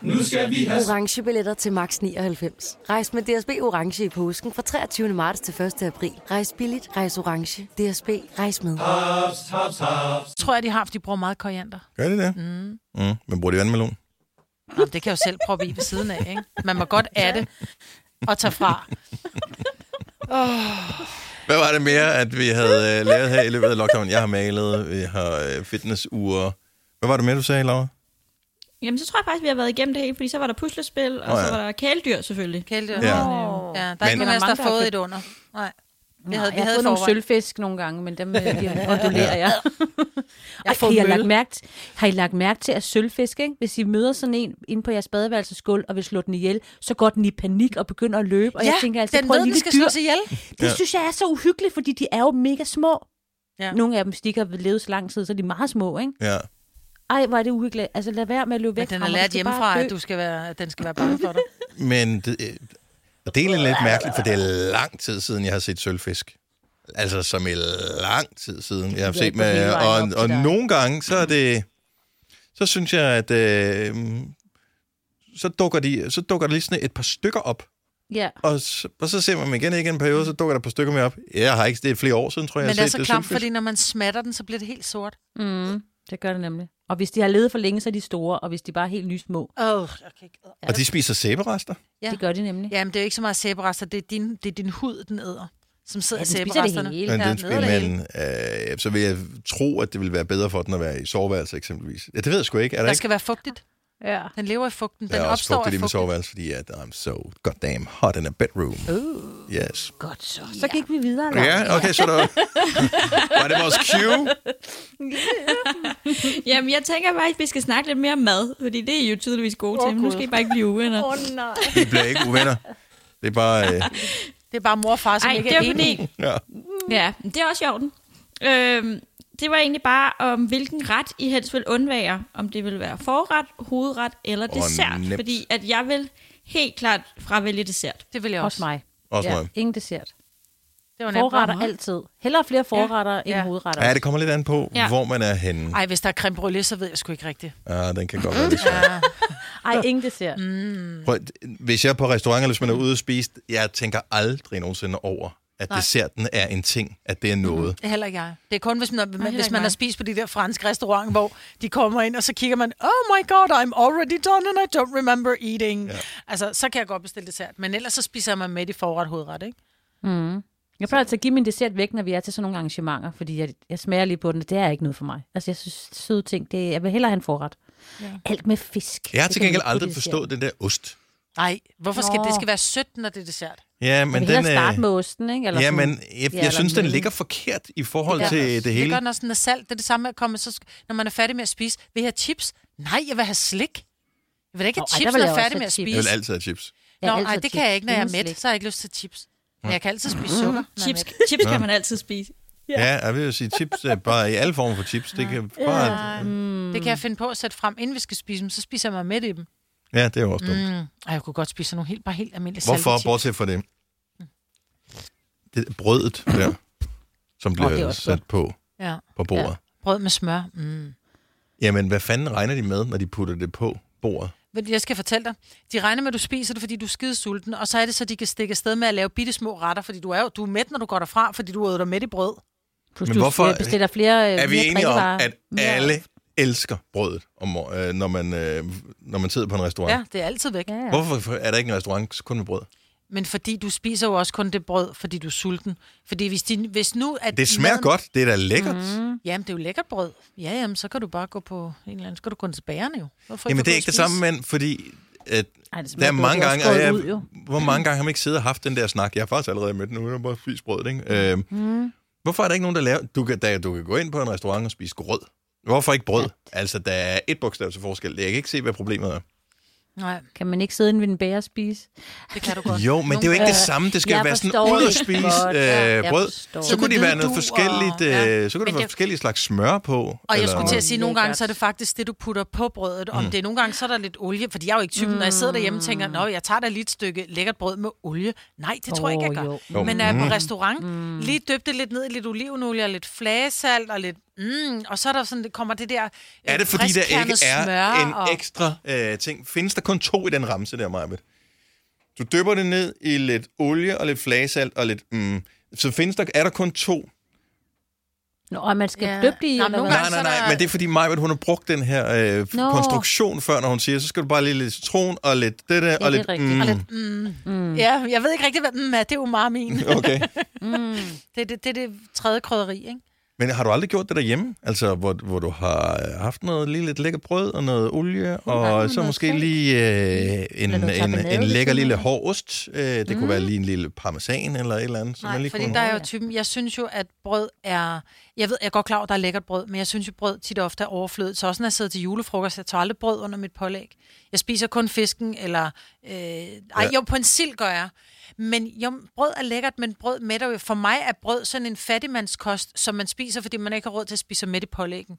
Speaker 9: Nu skal vi have...
Speaker 10: Orange billetter til max 99. Rejs med DSB Orange i påsken fra 23. marts til 1. april. Rejs billigt, rejs orange. DSB, rejs med.
Speaker 9: Haps, haps, haps.
Speaker 4: tror jeg, de har, for de bruger meget koriander.
Speaker 2: Gør de det? Mm. Mm. Men bruger de vandmelon?
Speaker 4: Nå, det kan jeg jo selv proppe i ved siden af, ikke? Man må godt af det og tage fra.
Speaker 2: Hvad var det mere, at vi havde øh, lavet her i løbet af lockdown? Jeg har malet, vi har øh, fitnessure. Hvad var det mere, du sagde, Laura?
Speaker 3: Jamen, så tror jeg faktisk, vi har været igennem det hele, fordi så var der puslespil,
Speaker 2: Åh,
Speaker 3: og oh,
Speaker 2: ja.
Speaker 3: ja. så var der kæledyr selvfølgelig.
Speaker 4: Kæledyr.
Speaker 2: Ja.
Speaker 4: Ja. ja. Der er
Speaker 2: Men-
Speaker 4: ikke nogen af os, der
Speaker 5: Mange, der
Speaker 4: har
Speaker 5: har
Speaker 4: fået
Speaker 5: købt-
Speaker 4: et under. Nej. Det
Speaker 5: Jeg
Speaker 4: havde,
Speaker 5: havde,
Speaker 4: vi
Speaker 5: jeg havde
Speaker 4: havde
Speaker 5: fået nogle
Speaker 4: forvejen.
Speaker 5: sølvfisk nogle gange, men dem øh, de ondulerer
Speaker 4: [LAUGHS]
Speaker 5: jeg. Og
Speaker 4: får
Speaker 5: kan I have
Speaker 4: møl.
Speaker 5: lagt mærke, til- har I lagt mærke til, at sølvfisk, ikke? hvis I møder sådan en inde på jeres badeværelsesgulv og vil slå den ihjel, så går den i panik og begynder at løbe. Og
Speaker 4: Ja,
Speaker 5: jeg tænker altså,
Speaker 4: den
Speaker 5: prøv
Speaker 4: ved,
Speaker 5: at
Speaker 4: den
Speaker 5: lille
Speaker 4: skal
Speaker 5: dyr.
Speaker 4: slås ihjel.
Speaker 5: Det ja. synes jeg er så uhyggeligt, fordi de er jo mega små.
Speaker 4: Ja.
Speaker 5: Ja. Nogle af dem stikker ved levet så lang tid, så de er meget små, ikke?
Speaker 2: Ja.
Speaker 5: Ej, hvor er det uhyggeligt. Altså, lad være med at løbe
Speaker 4: Men
Speaker 5: væk
Speaker 4: den
Speaker 5: fra
Speaker 4: har
Speaker 5: mig.
Speaker 4: lært
Speaker 5: Du skal bare
Speaker 4: hjemmefra,
Speaker 5: dø.
Speaker 4: at, du skal være, at den skal være bange for dig.
Speaker 2: Men det, øh, og det er egentlig lidt mærkeligt, for det er lang tid siden, jeg har set sølvfisk. Altså som i lang tid siden, jeg har set
Speaker 5: ikke gå hele
Speaker 2: med...
Speaker 5: vejen op til
Speaker 2: Og, og
Speaker 5: dig.
Speaker 2: nogle gange, så er det... Så synes jeg, at... Øh, mm, så dukker, de, så dukker der lige sådan et par stykker op.
Speaker 5: Ja.
Speaker 2: Og så, og så ser man dem igen ikke en periode, så dukker der et par stykker mere op. Jeg har ikke det er flere år siden, tror jeg,
Speaker 4: Men det
Speaker 2: jeg
Speaker 4: er
Speaker 2: har set
Speaker 4: så klamt,
Speaker 2: sølvfisk.
Speaker 4: fordi når man smatter den, så bliver det helt sort.
Speaker 5: Mm, det gør det nemlig. Og hvis de har levet for længe, så er de store, og hvis de bare er helt nysmå,
Speaker 4: Åh, oh, okay.
Speaker 2: Og de spiser sæberester?
Speaker 4: Ja.
Speaker 5: ja. det gør de nemlig.
Speaker 4: Jamen, det er jo ikke så meget sæberester. Det er din, det er din hud, den æder, som sidder
Speaker 5: Ja,
Speaker 4: i
Speaker 5: den spiser det
Speaker 4: sæberesterne.
Speaker 5: hele.
Speaker 2: Men,
Speaker 4: Ja,
Speaker 2: den,
Speaker 4: den æder det hele.
Speaker 2: men øh, så vil jeg tro, at det vil være bedre for den at være i soveværelse eksempelvis. Ja, det ved jeg sgu ikke. Er der,
Speaker 4: Der
Speaker 2: ikke?
Speaker 4: skal være fugtigt.
Speaker 5: Ja.
Speaker 4: Den lever i fugten.
Speaker 2: Der
Speaker 4: Den
Speaker 2: er også
Speaker 4: opstår
Speaker 2: fugtigt
Speaker 4: af
Speaker 2: i min
Speaker 4: fugten.
Speaker 2: soveværelse, fordi at I'm so goddamn hot in a bedroom. Uh. Yes.
Speaker 5: Godt så. Så gik vi videre. Laura.
Speaker 2: Ja, okay, så er der... Var det vores cue?
Speaker 3: Jamen, jeg tænker faktisk, at vi skal snakke lidt mere om mad, fordi det er I jo tydeligvis gode oh, til, men nu skal I bare ikke blive uvenner. Oh,
Speaker 2: Vi bliver ikke uvenner. Det er bare... Øh,
Speaker 4: Det er bare mor og far, som
Speaker 3: Ej,
Speaker 4: ikke
Speaker 3: det
Speaker 4: er
Speaker 3: var
Speaker 4: enige.
Speaker 3: fordi...
Speaker 2: ja.
Speaker 3: Ja, det er også i orden. Øhm, det var egentlig bare om, hvilken ret I helst vil undvære. Om det vil være forret, hovedret eller
Speaker 2: Åh,
Speaker 3: dessert.
Speaker 2: nemt.
Speaker 3: Fordi at jeg vil helt klart fravælge dessert.
Speaker 4: Det vil jeg
Speaker 5: Også
Speaker 4: også.
Speaker 5: mig.
Speaker 2: Også
Speaker 5: ja.
Speaker 2: mig.
Speaker 5: Ingen dessert.
Speaker 4: Det var nemt.
Speaker 5: Forretter altid. Hellere flere forretter ja. end
Speaker 4: Ja.
Speaker 5: hovedretter.
Speaker 2: ja, det kommer lidt an på, ja.
Speaker 3: Ja.
Speaker 2: hvor man er henne.
Speaker 4: Ej, hvis der er creme brulee, så ved jeg sgu ikke rigtigt.
Speaker 2: Ah, den kan godt være lidt svær.
Speaker 5: Ej, ingen dessert. Mm.
Speaker 2: Prøv, hvis jeg er på restaurant, eller hvis man er ude og spise, jeg tænker aldrig nogensinde over, at Nej. desserten er en ting, at
Speaker 5: Mhm.
Speaker 2: det er noget.
Speaker 4: Det er heller ikke jeg. Det er kun, hvis man, man,
Speaker 3: heller
Speaker 4: hvis
Speaker 3: ikke
Speaker 4: man
Speaker 3: mig.
Speaker 4: har spist på de der franske restauranter, hvor de kommer ind, og så kigger man, oh my god, I'm already done, and I don't remember eating. Ja. Altså, så kan jeg godt bestille dessert. Men ellers så spiser man med i forret hovedret, ikke?
Speaker 5: Jeg plejer altså at give min dessert væk, når vi er til sådan nogle arrangementer, fordi jeg, jeg smager lige på den, og det er ikke noget for mig. Altså, jeg synes, søde ting, det, jeg vil hellere have en forret. Ja. Alt med fisk.
Speaker 2: Jeg har
Speaker 5: Det
Speaker 2: til
Speaker 5: kan man
Speaker 2: gengæld
Speaker 5: ikke putte i
Speaker 2: aldrig
Speaker 5: dessert.
Speaker 2: forstået den der ost.
Speaker 4: Nej, hvorfor skal
Speaker 5: Nå.
Speaker 4: det skal være sødt, når det er dessert?
Speaker 2: Ja,
Speaker 5: Jeg
Speaker 2: men
Speaker 5: vil hellere
Speaker 2: den...
Speaker 5: starte
Speaker 2: Øh,
Speaker 5: med osten, ikke?
Speaker 2: ja,
Speaker 5: sådan-
Speaker 2: men jeg, jeg
Speaker 5: eller
Speaker 2: synes, den
Speaker 5: mel.
Speaker 2: ligger forkert i forhold
Speaker 4: gør
Speaker 2: til
Speaker 4: den
Speaker 2: det,
Speaker 4: også. Det
Speaker 2: hele.
Speaker 4: gør den også, når salt. Det er det samme med at komme, så, sk- når man er færdig med at spise. Vil jeg have chips? Nej, jeg vil have slik. Jeg vil da ikke have
Speaker 5: Nå, ej, der
Speaker 4: chips,
Speaker 5: vil
Speaker 4: når jeg
Speaker 5: jeg
Speaker 4: er
Speaker 5: også
Speaker 4: færdig med
Speaker 5: have
Speaker 4: at
Speaker 5: chips.
Speaker 4: spise.
Speaker 2: Jeg vil altid have chips.
Speaker 4: Nå,
Speaker 5: Jeg vil altid
Speaker 4: nej,
Speaker 5: have
Speaker 4: det kan jeg ikke, når jeg
Speaker 5: chips.
Speaker 4: er mæt. Så har jeg ikke lyst til chips. Men jeg kan altid spise sukker. når jeg er
Speaker 3: Chips,
Speaker 4: mæt.
Speaker 3: chips
Speaker 2: Ja.
Speaker 3: kan man altid spise.
Speaker 2: Ja, ja jeg vil jo sige chips, øh, bare i alle former for chips. Det kan bare...
Speaker 4: Nej,
Speaker 5: mm.
Speaker 4: Det kan jeg finde på at sætte frem, inden vi skal spise dem. Så spiser jeg mig mæt i dem.
Speaker 2: Ja, det er jo også dumt.
Speaker 4: Mm. Ej, jeg kunne godt spise sådan nogle helt, bare helt almindelige
Speaker 2: Hvorfor,
Speaker 4: saltchips.
Speaker 2: bortset fra det? det er brødet der, som
Speaker 4: det er
Speaker 2: bliver
Speaker 4: også
Speaker 2: sat på,
Speaker 4: Ja.
Speaker 2: på bordet.
Speaker 4: Brød med smør. Mm.
Speaker 2: Jamen, hvad fanden regner de med, når de putter det på bordet?
Speaker 4: Ved du, Jeg skal fortælle dig. De regner med, at du spiser det, fordi du er skide sulten, og så er det så, de kan stikke afsted med at lave bitte små retter, fordi du er jo du er mæt, når du går derfra, fordi du er dig mæt i brød.
Speaker 5: Plus,
Speaker 2: Men
Speaker 5: du
Speaker 2: hvorfor-
Speaker 5: hvorfor, bestiller flere øh,
Speaker 2: er vi
Speaker 5: mere
Speaker 2: enige om,
Speaker 5: drikkevarer.
Speaker 2: at alle elsker brødet, om, mor- øh, når, man, øh, når man sidder på en restaurant?
Speaker 4: Ja, det er altid væk. Ja.
Speaker 2: Hvorfor er der ikke en restaurant kun med brød?
Speaker 4: Men fordi du spiser jo også kun det brød, fordi du er sulten. Fordi hvis, de, hvis nu... At
Speaker 2: Det smager
Speaker 4: maden-
Speaker 2: godt, det er da lækkert.
Speaker 4: Mm. Jamen, det er jo lækkert brød. Ja, jamen, så kan du bare gå på en eller anden... Så kan du gå til bagerne jo. Hvorfor
Speaker 2: Jamen,
Speaker 4: ikke
Speaker 2: det
Speaker 4: gå
Speaker 2: er ikke det
Speaker 4: og
Speaker 2: samme,
Speaker 4: spise?
Speaker 2: men fordi... At
Speaker 5: Ej, det
Speaker 2: der er
Speaker 5: smager godt,
Speaker 2: mange
Speaker 5: det er
Speaker 2: gange,
Speaker 5: også
Speaker 2: og jeg,
Speaker 5: skåret ud, jo.
Speaker 2: hvor mange gange har man ikke siddet og haft den der snak? Jeg har faktisk allerede mødt den, nu er jeg bare spist brød, ikke? Øh,
Speaker 5: Mm.
Speaker 2: Hvorfor er der ikke nogen, der laver... Du kan, da, du kan gå ind på en restaurant og spise grød. Hvorfor ikke brød? Altså, der er et bogstav til forskel. Jeg kan ikke se, hvad problemet er.
Speaker 4: Nej.
Speaker 5: Kan man ikke sidde inde ved en bære og spise?
Speaker 4: Det kan du godt.
Speaker 2: Jo, men det er jo ikke det
Speaker 5: Øh,
Speaker 2: samme. Det skal jo
Speaker 5: jeg
Speaker 2: være sådan
Speaker 5: forstår
Speaker 2: ud at
Speaker 5: det
Speaker 2: spise
Speaker 5: godt. Ja,
Speaker 2: øh,
Speaker 5: jeg
Speaker 2: brød.
Speaker 5: forstår
Speaker 2: Så
Speaker 5: det.
Speaker 2: kunne det
Speaker 4: Med
Speaker 2: være noget
Speaker 4: du og-
Speaker 2: forskelligt...
Speaker 4: Ja.
Speaker 2: Øh, så kunne det
Speaker 4: Men
Speaker 2: være
Speaker 4: det-
Speaker 2: forskellige slags smør på.
Speaker 4: Og jeg
Speaker 2: eller-
Speaker 4: skulle til at sige, at nogle gange,
Speaker 5: Lækkert.
Speaker 4: så er det faktisk det, du putter på brødet. Om
Speaker 2: Mm.
Speaker 4: det er nogle gange, så er der lidt olie. Fordi jeg er jo ikke typen, når jeg sidder derhjemme og tænker, nå, jeg tager da lige et stykke lækkert brød med olie. Nej, det tror jeg ikke, jeg
Speaker 5: Åh,
Speaker 4: gør.
Speaker 5: jo.
Speaker 2: Jo.
Speaker 4: Men når jeg er
Speaker 2: Mm.
Speaker 4: på restaurant, lige døbte lidt ned i lidt olivenolie og lidt flagesalt og lidt... Mm, og så er der sådan, det kommer det der øh,
Speaker 2: Er det, fordi der
Speaker 4: friskkernet
Speaker 2: ikke er
Speaker 4: smør
Speaker 2: en
Speaker 4: og...
Speaker 2: ekstra øh, ting? Findes der kun to i den ramse der, Marvitt? Du dypper det ned i lidt olie og lidt flagesalt og lidt... Mm, så findes der, er der kun to
Speaker 5: Nå, og man skal
Speaker 4: Ja.
Speaker 5: ja. dyppe det i,
Speaker 4: Nå,
Speaker 5: eller
Speaker 4: nogle
Speaker 5: hvad?
Speaker 4: gange-
Speaker 2: Nej, nej,
Speaker 4: så
Speaker 2: nej,
Speaker 4: der-
Speaker 2: men det er fordi Maja, hun har brugt den her øh,
Speaker 5: Nå.
Speaker 2: konstruktion før, når hun siger, så skal du bare lige lidt citron og lidt det der,
Speaker 5: Ja,
Speaker 2: og
Speaker 5: det
Speaker 2: lidt...
Speaker 5: er rigtigt.
Speaker 2: Mm,
Speaker 5: Og
Speaker 4: Mm. Mm. Ja, jeg ved ikke rigtig, hvad mm, er. Det er umamien.
Speaker 2: Okay.
Speaker 4: det, er det, det er det tredje krydderi, ikke?
Speaker 2: Men har du aldrig gjort det derhjemme? Altså, hvor, hvor du har øh, haft noget lige lidt lækker brød og noget olie, og
Speaker 5: noget
Speaker 2: så måske
Speaker 5: salt.
Speaker 2: lige øh, en,
Speaker 5: Eller
Speaker 2: en,
Speaker 5: noget
Speaker 2: en,
Speaker 5: tapenade ved
Speaker 2: lækker
Speaker 5: siden
Speaker 2: lille
Speaker 5: af.
Speaker 2: hård ost. Øh, det kunne være lige en lille parmesan eller et eller andet. som man
Speaker 4: Nej,
Speaker 2: lige
Speaker 4: fordi
Speaker 2: kunne...
Speaker 4: der er jo
Speaker 5: Ja.
Speaker 4: typen... Jeg synes jo, at brød er... Jeg ved, jeg er godt klar over, at der er lækkert brød, men jeg synes jo, brød tit og ofte er overflødet. Så også når jeg sidder til julefrokost, jeg tager aldrig brød under mit pålæg. Jeg spiser kun fisken, eller... Øh, ej,
Speaker 2: Ja.
Speaker 4: jo, på en sild gør jeg. Men jo, brød er lækkert, men brød mætter jo. For mig er brød sådan en fattigmandskost, som man spiser, fordi man ikke har råd til at spise med i pålæggen.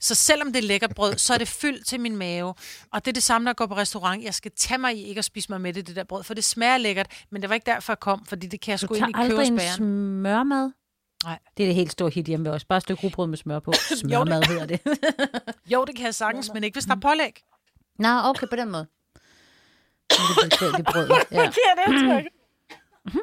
Speaker 4: Så selvom det er lækkert brød, så er det fyldt til min mave. Og det er det samme, der går på restaurant. Jeg skal tage mig i ikke at spise mig med det, det der brød, for det smager lækkert, men det var ikke derfor, jeg kom, fordi det kan jeg sgu
Speaker 5: Du tager
Speaker 4: egentlig købe
Speaker 5: aldrig en
Speaker 4: spæren.
Speaker 5: smørmad?
Speaker 4: Nej.
Speaker 5: Det er det helt store hit hjemme ved os. Bare et stykke rugbrød med [LAUGHS] smør på. Smørmad hedder det.
Speaker 4: Jo, det kan jeg sagtens, men ikke hvis der er pålæg.
Speaker 5: [LAUGHS] Nå, okay, på den måde. Men Det er blevet det [LAUGHS] brød. Ja.
Speaker 4: Mm.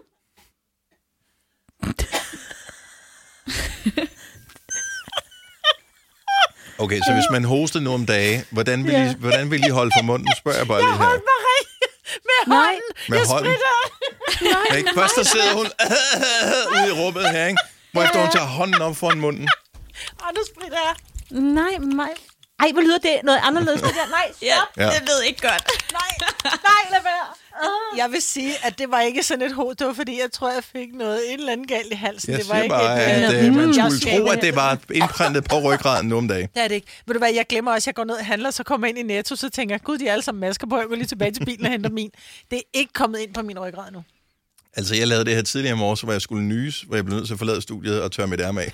Speaker 2: Okay, så hvis man hostede nu om dage, hvordan vil, I, hvordan vil I holde for munden? Spørger jeg bare lige her.
Speaker 4: Med
Speaker 5: Nej.
Speaker 4: hånden!
Speaker 2: Med hånden. Ikke? Først der sidder hun ude i rummet her, ikke? Hvorefter hun tager hånden op foran munden.
Speaker 4: Og nu spritter jeg.
Speaker 5: Nej, nej. Ej, hvor lyder det noget anderledes? Det der. Nej,
Speaker 3: Ja,
Speaker 2: Ja.
Speaker 3: det lød ikke godt.
Speaker 4: Nej, nej, lad være. Jeg vil sige, at det var ikke sådan et hoved. Det var, fordi jeg tror, jeg fik noget en eller anden galt i halsen.
Speaker 2: Jeg
Speaker 4: det var
Speaker 2: siger
Speaker 4: ikke
Speaker 2: bare,
Speaker 4: et,
Speaker 2: at
Speaker 4: øh,
Speaker 2: øh, man
Speaker 4: jeg
Speaker 2: skulle
Speaker 4: skal-
Speaker 2: tro, at det var indprintet på ryggraden nu om dagen.
Speaker 4: Det er det ikke. Ved du hvad, jeg glemmer også, jeg går ned og handler, så kommer jeg ind i Netto, så tænker jeg, gud, de er alle sammen masker på, jeg går lige tilbage til bilen og henter min. Det er ikke kommet ind på min ryggrad nu.
Speaker 2: Altså, jeg lavede det her tidligere i morges, hvor jeg skulle nys, hvor jeg blev nødt til at forlade studiet og tørre mit ærme af.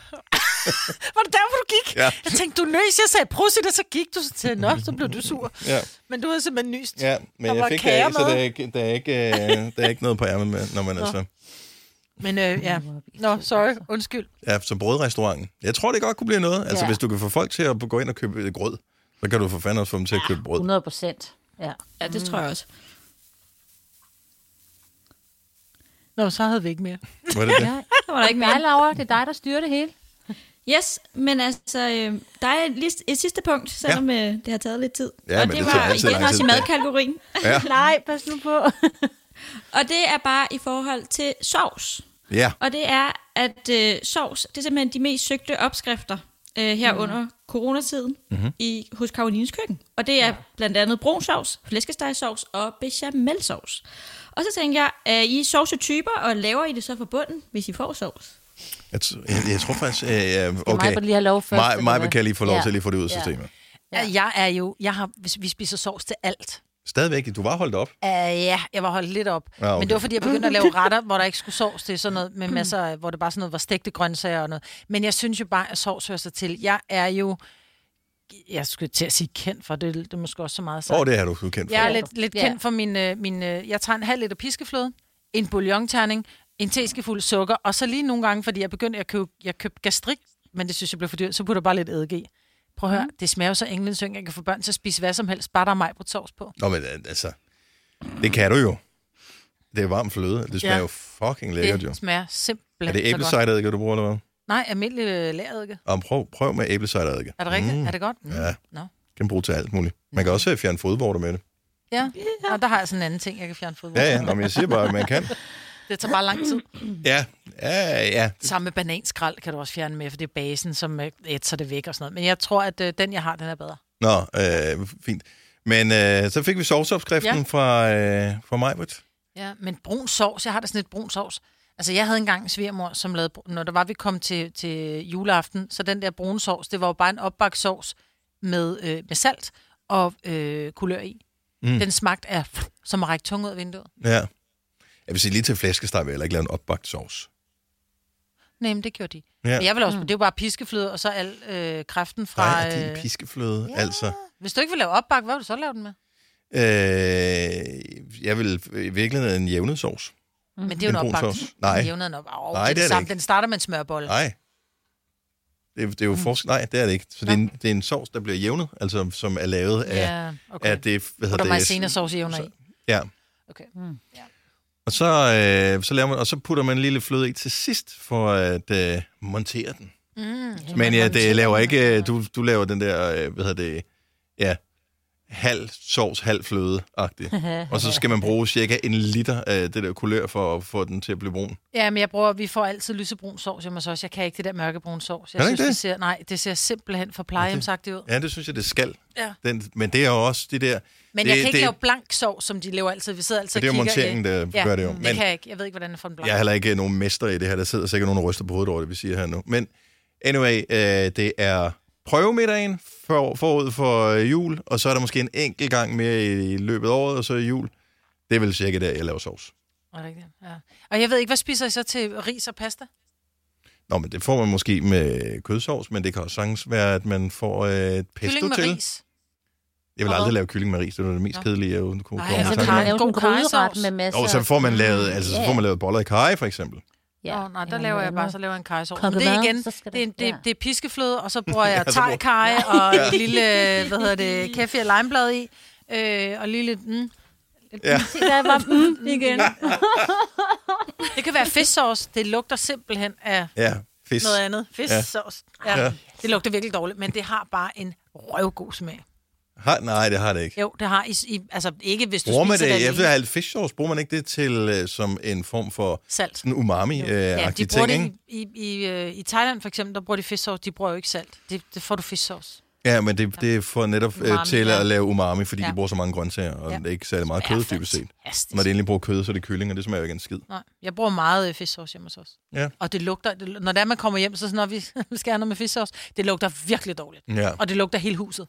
Speaker 4: Var det derfor, du gik?
Speaker 2: Ja.
Speaker 4: Jeg tænkte, du nøs, jeg sagde, prøv det, så gik du så til, nå, så blev du sur.
Speaker 2: Ja.
Speaker 4: Men du havde simpelthen nyst.
Speaker 2: [LAUGHS] Ja, men
Speaker 4: Der
Speaker 2: jeg
Speaker 4: var
Speaker 2: fik det
Speaker 4: kager
Speaker 2: af, så
Speaker 4: med.
Speaker 2: der er, ikke, der, er ikke, [LAUGHS] øh, der er ikke noget på ærmet med, når man altså- er så...
Speaker 4: Men øh, ja, nå, sorry, undskyld.
Speaker 2: Ja, så brødrestauranten. Jeg tror, det godt kunne blive noget. Altså, ja.
Speaker 5: Ja.
Speaker 2: hvis du kan få folk til at gå ind og købe øh, grød, så kan du for fanden også få dem til at købe brød.
Speaker 5: 100 procent. Ja.
Speaker 3: Ja, det tror jeg også.
Speaker 4: Nå, så havde vi ikke mere.
Speaker 2: Var det det?
Speaker 5: Nej,
Speaker 3: Der var der ikke mere.
Speaker 5: Nej, Laura, det er dig, der styrer det hele.
Speaker 3: Yes, men altså, øh, der er et, list, et sidste punkt, selvom ja. øh, det har taget lidt tid.
Speaker 2: Ja,
Speaker 3: og
Speaker 2: men
Speaker 3: det,
Speaker 2: det tager
Speaker 3: var
Speaker 2: altid
Speaker 3: igen
Speaker 2: lang
Speaker 3: også i
Speaker 2: tid.
Speaker 3: madkategorien.
Speaker 2: Ja.
Speaker 5: Nej, pas nu [LAUGHS] på.
Speaker 3: Og det er bare i forhold til sovs.
Speaker 2: Ja.
Speaker 3: Og det er, at øh, sovs, det er simpelthen de mest søgte opskrifter øh, her mm. under coronatiden
Speaker 2: Mhm.
Speaker 3: mm-hmm. i, hos Karolines køkken. Og det er ja. blandt andet brun sovs, flæskestegsovs og bechamelsovs. Og så tænker jeg, er I sovsetyper, og laver I det så fra bunden, hvis I får sovs?
Speaker 2: Jeg, t- jeg, jeg tror faktisk... Øh, ja, okay.
Speaker 5: Majbert lige have lov først,
Speaker 2: Maj-
Speaker 5: eller
Speaker 2: Majbert
Speaker 5: hvad?
Speaker 2: kan lige få lov
Speaker 5: Ja.
Speaker 2: til at lige få det ud af
Speaker 5: Ja.
Speaker 2: systemet.
Speaker 4: Ja. Jeg er jo, jeg har, hvis vi spiser sovs til alt.
Speaker 2: Stadigvæk, du var holdt op.
Speaker 4: Uh, ja, jeg var holdt lidt op.
Speaker 2: Ja, okay.
Speaker 4: Men det var, fordi jeg begyndte at lave retter, hvor der ikke skulle sovs til sådan noget, med masser af, hvor det bare sådan noget var stegte grøntsager og noget. Men jeg synes jo bare, at sovs hører sig til. Jeg er jo, jeg skulle til at sige kendt for, det, det er måske også så meget sagt.
Speaker 2: Åh, oh, det er du sgu kendt for.
Speaker 4: Jeg er lidt, lidt
Speaker 2: Ja.
Speaker 4: kendt for min, øh, min øh, jeg tager en halv liter piskefløde, en bouillonterning, en teskefuld sukker, og så lige nogle gange, fordi jeg begyndte at købe, jeg købte gastrik, men det synes jeg blev for dyrt, så putter jeg bare lidt eddike i. Prøv at høre,
Speaker 2: Mm.
Speaker 4: mm. det smager jo så englendsøng, jeg kan få børn til at spise hvad som helst, bare der er majbrot sovs på.
Speaker 2: Nå, men øh, altså, det kan du jo. Det er varm fløde. Det smager
Speaker 4: Ja.
Speaker 2: ja. jo fucking lækkert,
Speaker 4: det
Speaker 2: jo.
Speaker 4: smager simpelthen
Speaker 2: Er det
Speaker 4: så godt.
Speaker 2: æblecideredike, du bruger, eller hvad?
Speaker 4: Nej, almindelig øh, læreddike.
Speaker 2: Og prøv, prøv med æblecideredike.
Speaker 4: Er det rigtigt? Er det godt?
Speaker 2: Mm. Ja,
Speaker 4: Nå.
Speaker 2: kan bruge til alt muligt. Man kan også øh, fjerne fodvorter med det.
Speaker 4: Ja, og der har jeg sådan en anden ting, jeg kan fjerne fodbold.
Speaker 2: Ja, ja, nå, men jeg siger bare, at man kan.
Speaker 4: Det tager bare lang tid.
Speaker 2: Ja, ja, ja.
Speaker 4: Sammen med bananskrald kan du også fjerne med, for det er basen, som øh, ætser det væk og sådan noget. Men jeg tror, at øh, den, jeg har, den er bedre.
Speaker 2: Nå, øh, fint. Men øh, så fik vi sovsopskriften
Speaker 4: Ja.
Speaker 2: ja. fra, øh, fra Majbert.
Speaker 4: Ja, men brun sovs, jeg har da sådan et brun sovs. Altså, jeg havde engang en svigermor, som lavede, brun- når der var, vi kom til, til juleaften, så den der brune sovs, det var jo bare en opbagt sovs med, øh, med salt og øh, kulør i.
Speaker 2: Mm.
Speaker 4: Mm. Den smagte af, som at række tunge ud af vinduet.
Speaker 2: Ja. Jeg vil sige, lige til flæskesteg vil jeg heller ikke lave en opbagt sovs.
Speaker 4: Nej, men det gjorde de.
Speaker 2: Ja.
Speaker 4: Ja. Men jeg vil også, mm. det er jo bare piskefløde, og så al øh, kræften fra... øh,
Speaker 2: Nej, det er en piskefløde, ja. altså.
Speaker 4: Hvis du ikke vil lave opbak, hvad vil du så lave den med?
Speaker 2: Øh, jeg vil i virkeligheden en jævnet sovs.
Speaker 4: Mm. Men det er jo en,
Speaker 2: En brun
Speaker 4: opbak.
Speaker 2: sovs. Nej.
Speaker 4: En jævnede en opbak. Oh,
Speaker 2: Nej,
Speaker 4: Nej, det,
Speaker 2: det er det
Speaker 4: det samme.
Speaker 2: ikke.
Speaker 4: Den starter med en smørbolle.
Speaker 2: Nej. Det, er- det er jo mm. forskel. Nej, det er det ikke. Så det er, en, det er en sovs, der bliver jævnet, altså som er lavet af,
Speaker 4: Ja, okay.
Speaker 2: af det... Hvad
Speaker 4: Putter
Speaker 2: hedder det?
Speaker 4: mig sovs jævner i.
Speaker 2: Ja.
Speaker 4: Okay. Mm.
Speaker 2: Og så, øh, så laver man, og så putter man en lille fløde i til sidst for at øh, montere den.
Speaker 4: Mm.
Speaker 2: Men ja, det laver ikke, øh, du, du laver den der, øh, hvad hedder det, ja, halv sovs, halv fløde
Speaker 4: [LAUGHS]
Speaker 2: Og så skal man bruge cirka en liter af det der kulør for at få den til at blive brun.
Speaker 4: Ja, men jeg bruger, vi får altid lysebrun sovs hjemme hos os. Jeg kan ikke det der mørkebrun sovs. Jeg
Speaker 2: Kan du
Speaker 4: synes,
Speaker 2: ikke det?
Speaker 4: det? ser, nej, det ser simpelthen for plejehjemsagtigt ud.
Speaker 2: Ja, det synes jeg, det skal.
Speaker 4: Ja.
Speaker 2: Den, men det er jo også det der...
Speaker 4: Men
Speaker 2: det,
Speaker 4: jeg kan ikke
Speaker 2: det,
Speaker 4: lave blank sovs, som de laver altid. Vi sidder altid
Speaker 2: Men det er
Speaker 4: og
Speaker 2: jo
Speaker 4: kigger i-
Speaker 2: monteringen, der gør det jo.
Speaker 4: Det
Speaker 2: Men-
Speaker 4: kan jeg ikke. Jeg ved ikke, hvordan jeg får den blank.
Speaker 2: Jeg er heller ikke nogen mester i det her. Der sidder sikkert nogen og ryster på hovedet over det, vi siger her nu. Men anyway, øh, det er prøvemiddagen for, forud for øh, jul, og så er der måske en enkelt gang mere i, i løbet af året, og så er jul. Det er vel cirka der, jeg laver sovs.
Speaker 4: Er det ikke det? Ja. Og jeg ved ikke, hvad spiser I så til ris og pasta?
Speaker 2: Nå, men det får man måske med kødsovs, men det kan også sagtens være, at man får øh, et pesto
Speaker 4: Kylling med
Speaker 2: til.
Speaker 4: ris.
Speaker 2: Jeg vil aldrig lave kylling med ris, det er det mest kedelige, jeg kunne komme
Speaker 4: Ej,
Speaker 2: i
Speaker 4: altså,
Speaker 2: tanke
Speaker 5: kan
Speaker 2: om.
Speaker 5: man lave
Speaker 4: God
Speaker 5: sådan en
Speaker 4: karrysovs.
Speaker 5: gryderet med masser...
Speaker 2: Og så får
Speaker 4: Mm.
Speaker 2: man lavet, altså, så
Speaker 5: Ja.
Speaker 2: får man lavet boller i kaj, for eksempel.
Speaker 4: Ja. Oh, nej, der laver jeg bare, så laver jeg en kajsovs. Men
Speaker 5: Kogt
Speaker 4: det er
Speaker 5: mad,
Speaker 4: igen,
Speaker 5: så
Speaker 4: det,
Speaker 5: skal
Speaker 4: er, en- det, det er piskefløde,
Speaker 2: [LAUGHS]
Speaker 4: og så bruger
Speaker 5: Ja,
Speaker 4: jeg
Speaker 5: så
Speaker 4: thai kaj
Speaker 5: bruger-
Speaker 4: og
Speaker 5: Ja.
Speaker 4: et lille, hvad hedder det, kefir limeblad i, øh, og lige lidt, mm,
Speaker 2: Ja.
Speaker 5: Se, [LAUGHS] der var mm, igen.
Speaker 4: Det kan være fisksauce. Det lugter simpelthen af
Speaker 2: Ja, fisk.
Speaker 4: noget andet. Fisksauce. Ja.
Speaker 2: Ja.
Speaker 4: ja. Det lugter virkelig dårligt, men det har bare en røvgod smag.
Speaker 2: Har, nej, det har det ikke.
Speaker 4: Jo, det har i, i altså ikke hvis du
Speaker 2: Bruger man
Speaker 4: spiser
Speaker 2: det,
Speaker 4: det
Speaker 2: efter
Speaker 4: alene.
Speaker 2: alt fish sauce, bruger man ikke det til øh, som en form for
Speaker 4: Salt.
Speaker 2: sådan umami øh,
Speaker 4: Ja,
Speaker 2: ja,
Speaker 4: de bruger
Speaker 2: ting,
Speaker 4: det
Speaker 2: ikke?
Speaker 4: i, i, i, øh, i Thailand for eksempel, der bruger de fisksauce. De bruger jo ikke salt. Det, det får du fisksauce.
Speaker 2: Ja, men det, det får netop øh,
Speaker 4: Umami,
Speaker 2: til
Speaker 4: ja.
Speaker 2: at lave umami, fordi ja.
Speaker 4: Ja.
Speaker 2: de bruger så mange grøntsager, og
Speaker 4: Ja.
Speaker 2: ja. ikke særlig meget
Speaker 4: Det er
Speaker 2: kød, dybest set.
Speaker 4: fantastisk.
Speaker 2: Når de endelig bruger kød, så er det kylling, og det smager jo ikke af en skid.
Speaker 4: Nej, jeg bruger meget øh, fisksauce hjemme hos os.
Speaker 2: Ja.
Speaker 4: Og det lugter, det, når det er, man kommer hjem, så sådan, når vi [LAUGHS] vi skal have noget med fisksauce, det lugter virkelig dårligt.
Speaker 2: Mm, Ja.
Speaker 4: Og det lugter hele huset.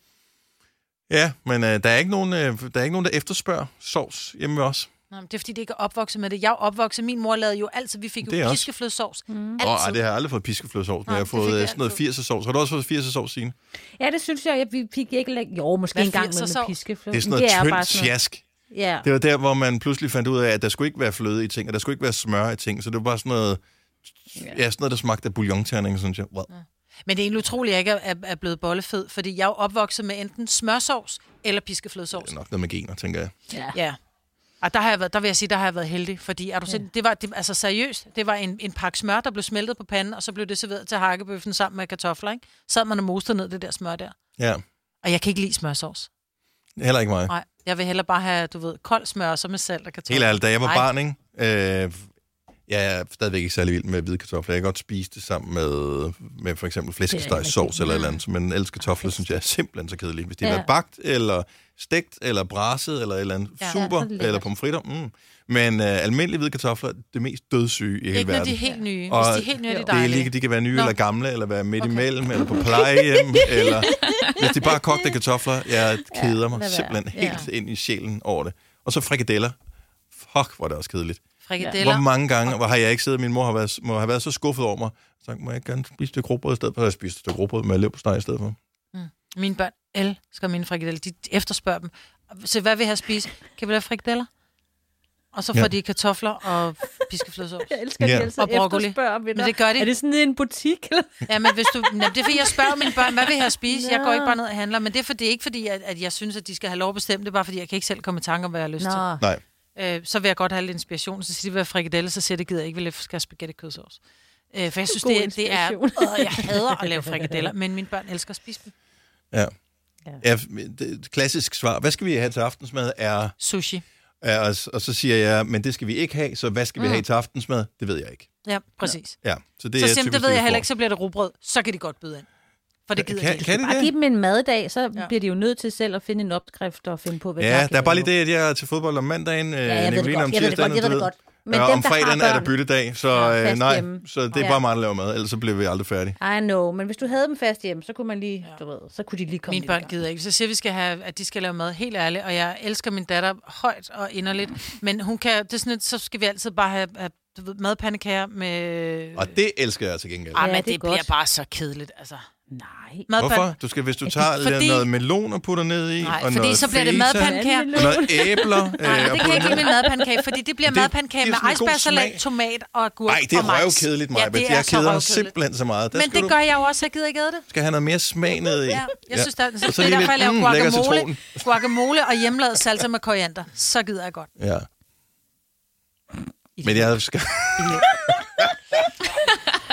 Speaker 2: Ja, men øh, der, er ikke nogen, øh, der er ikke nogen, der efterspørger sovs hjemme ved os.
Speaker 4: Nå, men det er fordi, det ikke er opvokset med det. Jeg er opvokset. Min mor lavede jo altid, vi fik
Speaker 2: Det er
Speaker 4: jo
Speaker 2: også-
Speaker 4: piskeflødesovs. Mm.
Speaker 2: Åh, oh, det har jeg aldrig fået piskeflødsovs, men
Speaker 4: Nej,
Speaker 2: jeg har
Speaker 4: det fik
Speaker 2: fået
Speaker 4: jeg
Speaker 2: øh, sådan noget 80'er sovs. Har du også fået 80'er sovs, Signe?
Speaker 5: Ja, det synes jeg, jeg vi fik ikke læ- Jo, måske
Speaker 4: Hvad
Speaker 5: en gang med,
Speaker 4: 80'er
Speaker 5: med
Speaker 4: sovs?
Speaker 5: piskefløde.
Speaker 2: Det er sådan
Speaker 5: Men
Speaker 2: noget
Speaker 5: jo
Speaker 2: tyndt
Speaker 5: bare sådan noget-
Speaker 2: sjask.
Speaker 5: Ja.
Speaker 2: Det var der, hvor man pludselig fandt ud af, at der skulle ikke være fløde i ting, og der skulle ikke være smør i ting, så det var bare sådan noget, ja, sådan noget der smagte af bouillonterning, synes jeg. Wow.
Speaker 4: Men det er egentlig utroligt, at jeg ikke er, er- er blevet bollefed, fordi jeg er jo opvokset med enten smørsovs eller piskeflødesovs.
Speaker 2: Det er nok noget med gener, tænker jeg.
Speaker 4: Ja. ja. Og der, har jeg været, der vil jeg sige, der har jeg været heldig, fordi er du sind, det var, det, altså seriøst, det var en, en pakke smør, der blev smeltet på panden, og så blev det serveret til hakkebøffen sammen med kartofler, ikke? Sad man og mostede ned det der smør der.
Speaker 2: Ja,
Speaker 4: Og jeg kan ikke lide smørsovs.
Speaker 2: heller ikke mig.
Speaker 4: Nej, jeg vil hellere bare have, du ved, kold smør, og så med salt og kartofler.
Speaker 2: Helt ærligt, da jeg var
Speaker 4: Nej.
Speaker 2: barn, ikke? Øh, Jeg er stadigvæk ikke særlig vild med hvide kartofler. Jeg kan godt spise det sammen med, med for eksempel
Speaker 11: Det er
Speaker 2: flæskestegsovs
Speaker 11: rigtig-
Speaker 2: eller et eller andet, men ellers kartofler synes jeg er simpelthen så kedelige. Hvis de
Speaker 11: Ja.
Speaker 2: har været bagt, eller stegt, eller braset, eller et eller andet ja,
Speaker 4: Ja. Ja,
Speaker 2: super,
Speaker 4: så er det lækkert.
Speaker 2: eller pomfritter. Mm. Men øh, almindelige hvide kartofler er det mest dødssyge i hele
Speaker 4: Ikke
Speaker 2: verden.
Speaker 4: når de er helt nye. Hvis de er helt nye, er de
Speaker 2: det er
Speaker 4: dejlige.
Speaker 2: lige, de kan være nye
Speaker 4: Nå.
Speaker 2: Nå. eller gamle, eller være midt okay. imellem, eller på
Speaker 4: [LAUGHS]
Speaker 2: plejehjem, eller hvis de bare er kogte kartofler. Jeg keder mig
Speaker 4: lad være.
Speaker 2: simpelthen
Speaker 4: Ja.
Speaker 2: helt ind i sjælen over det. Og så frikadeller. Fuck, hvor er det også kedeligt.
Speaker 4: Frikadeller.
Speaker 2: Hvor mange gange hvor har jeg ikke siddet, min mor har været, må have været så skuffet over mig. Så må jeg ikke gerne spise et stykke råbrød i stedet for, at jeg spiste et stykke råbrød med leverpostej i stedet for.
Speaker 4: Mm. Mine børn elsker mine frikadeller. De efterspørger dem. Så hvad vil jeg have at spise? Kan vi lave frikadeller? Og så får
Speaker 2: Ja.
Speaker 4: ja. de kartofler og piskeflødesovs.
Speaker 5: Jeg elsker, at de [LAUGHS] Ja. altid efterspørger ved
Speaker 4: Men
Speaker 5: dig.
Speaker 4: det gør de.
Speaker 5: Er det
Speaker 4: sådan en butik? Eller? Ja, men hvis du... Jamen, det er fordi, jeg spørger mine børn, hvad vil jeg have at spise? Jeg går ikke bare ned og handler. Men det er, fordi, ikke fordi, at, at jeg synes, at de skal have lov at bestemme. Det er bare fordi, jeg kan ikke selv komme i tanke om, hvad jeg har lyst
Speaker 5: Nå.
Speaker 4: til.
Speaker 2: Nej.
Speaker 4: Øh, så vil jeg godt have lidt inspiration. Så siger de, hvad er frikadeller? Så siger jeg, det gider jeg ikke, vil jeg skal have spaghetti kødsovs. Øh, for jeg synes,
Speaker 5: God
Speaker 4: det, er- det er...
Speaker 5: inspiration.
Speaker 4: Øh, jeg hader at lave frikadeller, men mine børn elsker at spise dem.
Speaker 2: Ja. ja. det, et klassisk svar. Hvad skal vi have til aftensmad? Er,
Speaker 4: Sushi.
Speaker 2: Er, og, s- og så siger jeg, men det skal vi ikke have, så hvad skal vi
Speaker 4: Mm.
Speaker 2: have til aftensmad? Det ved jeg ikke.
Speaker 4: Ja, præcis.
Speaker 2: Ja, så det
Speaker 4: så
Speaker 2: er
Speaker 4: simpelthen,
Speaker 2: typisk
Speaker 4: det ved jeg
Speaker 2: vi
Speaker 4: heller
Speaker 2: får.
Speaker 4: ikke, så bliver det rugbrød. Så kan de godt byde ind. For det gider
Speaker 2: kan-
Speaker 4: de ikke.
Speaker 2: kan de
Speaker 5: Bare giv dem en maddag, så ja. bliver de jo nødt til selv at finde en opskrift og finde på, hvad
Speaker 2: Ja,
Speaker 5: kan
Speaker 2: der er bare
Speaker 5: lave.
Speaker 2: lige det, at jeg er til fodbold om mandagen,
Speaker 5: jeg ved
Speaker 2: ja,
Speaker 5: det
Speaker 2: Nicoline
Speaker 5: godt.
Speaker 2: om
Speaker 5: Jeg ved det
Speaker 2: tirsdagen,
Speaker 5: godt, jeg
Speaker 2: du
Speaker 5: ved
Speaker 2: ved.
Speaker 5: det godt. Men
Speaker 2: og
Speaker 5: dem,
Speaker 2: om
Speaker 5: der har
Speaker 2: fredagen er der
Speaker 5: børn-
Speaker 2: byttedag, så
Speaker 5: Ja,
Speaker 2: ja,
Speaker 5: fast
Speaker 2: nej,
Speaker 5: hjemme.
Speaker 2: så det er
Speaker 5: Ja.
Speaker 2: bare mig, der laver mad, ellers så bliver vi aldrig færdige.
Speaker 5: I know, men hvis du havde dem fast hjemme, så kunne man lige, ja. du ved, så kunne de lige komme
Speaker 4: Mine børn gider ikke. Så siger vi, skal have, at de skal lave mad helt ærligt, og jeg elsker min datter højt og inderligt. Men hun kan, det er sådan lidt, så skal vi altid bare have, have du ved, madpandekager med...
Speaker 2: Og det elsker jeg til gengæld.
Speaker 4: Ej, men det, det bliver bare så kedeligt, altså. Nej.
Speaker 2: Hvorfor? Du skal, hvis du tager fordi... noget melon og putter ned i,
Speaker 4: Nej,
Speaker 2: og
Speaker 4: fordi
Speaker 2: noget
Speaker 4: så bliver det
Speaker 2: feta,
Speaker 4: madpandekager.
Speaker 2: og noget æbler. øh, og
Speaker 4: Nej, det kan
Speaker 2: putter
Speaker 4: jeg ikke
Speaker 2: ned.
Speaker 4: lide med en madpandekage, fordi det bliver
Speaker 2: Det-
Speaker 4: madpandekage
Speaker 2: det er sådan
Speaker 4: med
Speaker 2: en god
Speaker 4: icebergsalat,
Speaker 2: smag.
Speaker 4: tomat og agurk
Speaker 2: Nej, det
Speaker 4: og majs.
Speaker 2: er røvkedeligt, Maja,
Speaker 4: det
Speaker 2: ja,
Speaker 4: er
Speaker 2: jeg
Speaker 4: så
Speaker 2: keder mig
Speaker 4: røvkedeligt.
Speaker 2: simpelthen så meget. Der
Speaker 4: Men
Speaker 2: skal
Speaker 4: det
Speaker 2: du
Speaker 4: gør jeg jo også, jeg gider ikke æde det.
Speaker 2: skal have noget mere smag ned i.
Speaker 4: Ja, jeg synes, der,
Speaker 2: Og
Speaker 4: så
Speaker 2: så
Speaker 4: det
Speaker 2: lige
Speaker 4: er derfor, jeg
Speaker 2: lidt,
Speaker 4: laver
Speaker 2: mm, lækker
Speaker 4: guacamole,
Speaker 2: citron.
Speaker 4: guacamole og hjemmelavet salsa med koriander. Så gider jeg godt.
Speaker 2: Ja. Men jeg skal... [LAUGHS]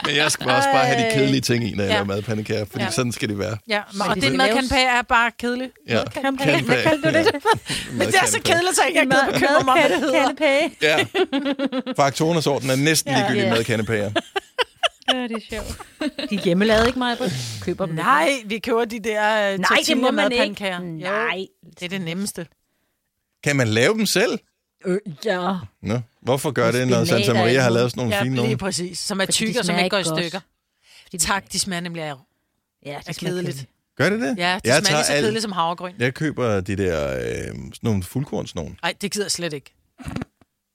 Speaker 2: Men jeg skal også bare have de kedelige ting i, når jeg
Speaker 4: Ja.
Speaker 2: ja. laver madpandekager, fordi
Speaker 4: Ja.
Speaker 2: ja. sådan skal det være.
Speaker 4: Ja,
Speaker 5: Men
Speaker 4: og
Speaker 5: det
Speaker 4: det
Speaker 5: skal
Speaker 4: madkampage er bare kedeligt.
Speaker 2: Ja.
Speaker 4: Madkampage.
Speaker 2: Hvad kaldte du det?
Speaker 4: [LAUGHS] Men det er så
Speaker 2: Madkampage.
Speaker 4: kedeligt, så jeg ikke gider bekymre mig om, hvad det hedder.
Speaker 2: Ja. Faktorernes orden er næsten
Speaker 5: Ja.
Speaker 2: ligegyldig
Speaker 5: Ja.
Speaker 2: med kanapæer.
Speaker 5: Ja, det er sjovt. De er hjemmelavede ikke mig, køber dem.
Speaker 4: Nej, vi køber de der øh,
Speaker 5: Nej, det må man ikke.
Speaker 4: Nej. Det er det nemmeste.
Speaker 2: Kan man lave dem selv?
Speaker 5: Øh, ja.
Speaker 2: Nå. Hvorfor gør det, når
Speaker 4: Spinat
Speaker 2: Santa
Speaker 4: og
Speaker 2: Maria
Speaker 4: alt
Speaker 2: har lavet
Speaker 4: muligt.
Speaker 2: sådan nogle
Speaker 4: ja,
Speaker 2: fine
Speaker 4: lige
Speaker 2: nogle?
Speaker 4: præcis. Som er
Speaker 5: Fordi de
Speaker 4: tykke, og som
Speaker 5: smager
Speaker 4: ikke går i
Speaker 5: ikke godt.
Speaker 4: stykker. Tak, de smager nemlig af.
Speaker 5: Ja,
Speaker 4: det smager kedeligt.
Speaker 2: Gør det det?
Speaker 4: Ja, det
Speaker 2: Jeg
Speaker 4: smager lige så
Speaker 2: tager alt-
Speaker 4: kedeligt som havregryn.
Speaker 2: Jeg køber de der, øh, sådan nogle fuldkorns nogen.
Speaker 4: Nej, det gider jeg slet ikke.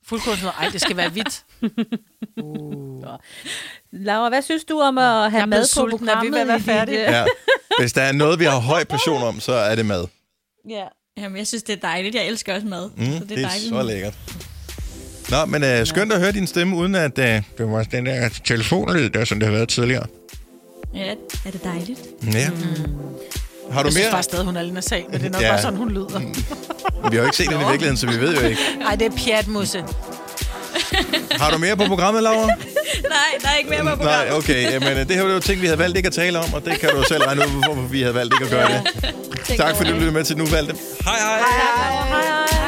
Speaker 4: Fuldkornsmad, ej, det skal være hvidt.
Speaker 5: Laura, hvad synes du om at have mad
Speaker 4: blevet
Speaker 5: på
Speaker 4: sulten. Er vi
Speaker 5: programmet?
Speaker 4: ved at være
Speaker 5: i dit,
Speaker 4: færdige?
Speaker 5: øh,
Speaker 2: Ja. Hvis der er noget, vi har høj passion om, så er det mad.
Speaker 3: Ja. Jamen, jeg synes, det er dejligt. Jeg elsker også mad.
Speaker 2: Mm, det, er,
Speaker 3: dejligt.
Speaker 2: så lækkert. Nå, men øh, skønt at høre din stemme, uden at øh, det var den der telefonlyd, der som det har været tidligere.
Speaker 3: Ja, er det dejligt?
Speaker 2: Ja. Mm. Har du
Speaker 4: jeg synes
Speaker 2: mere?
Speaker 4: bare stadig, hun er lidt nasal, men det er nok
Speaker 2: Ja.
Speaker 4: ja. bare sådan, hun lyder.
Speaker 2: Vi har jo ikke set hende i virkeligheden, så vi ved jo ikke.
Speaker 4: Nej, det er pjatmusse.
Speaker 2: Har du mere på programmet, Laura?
Speaker 3: [LAUGHS]
Speaker 2: Mm,
Speaker 3: Nej, der er ikke mere på
Speaker 2: Nej,
Speaker 3: programmet.
Speaker 2: okay. Jamen, øh, det her var jo ting, vi havde valgt ikke at tale om, og det kan du jo selv regne
Speaker 3: [LAUGHS]
Speaker 2: ud, hvorfor vi havde valgt ikke at gøre det. Tak fordi du lyttede med til Nu Valgte. Hej hej!
Speaker 3: Hej, hej. hej, hej.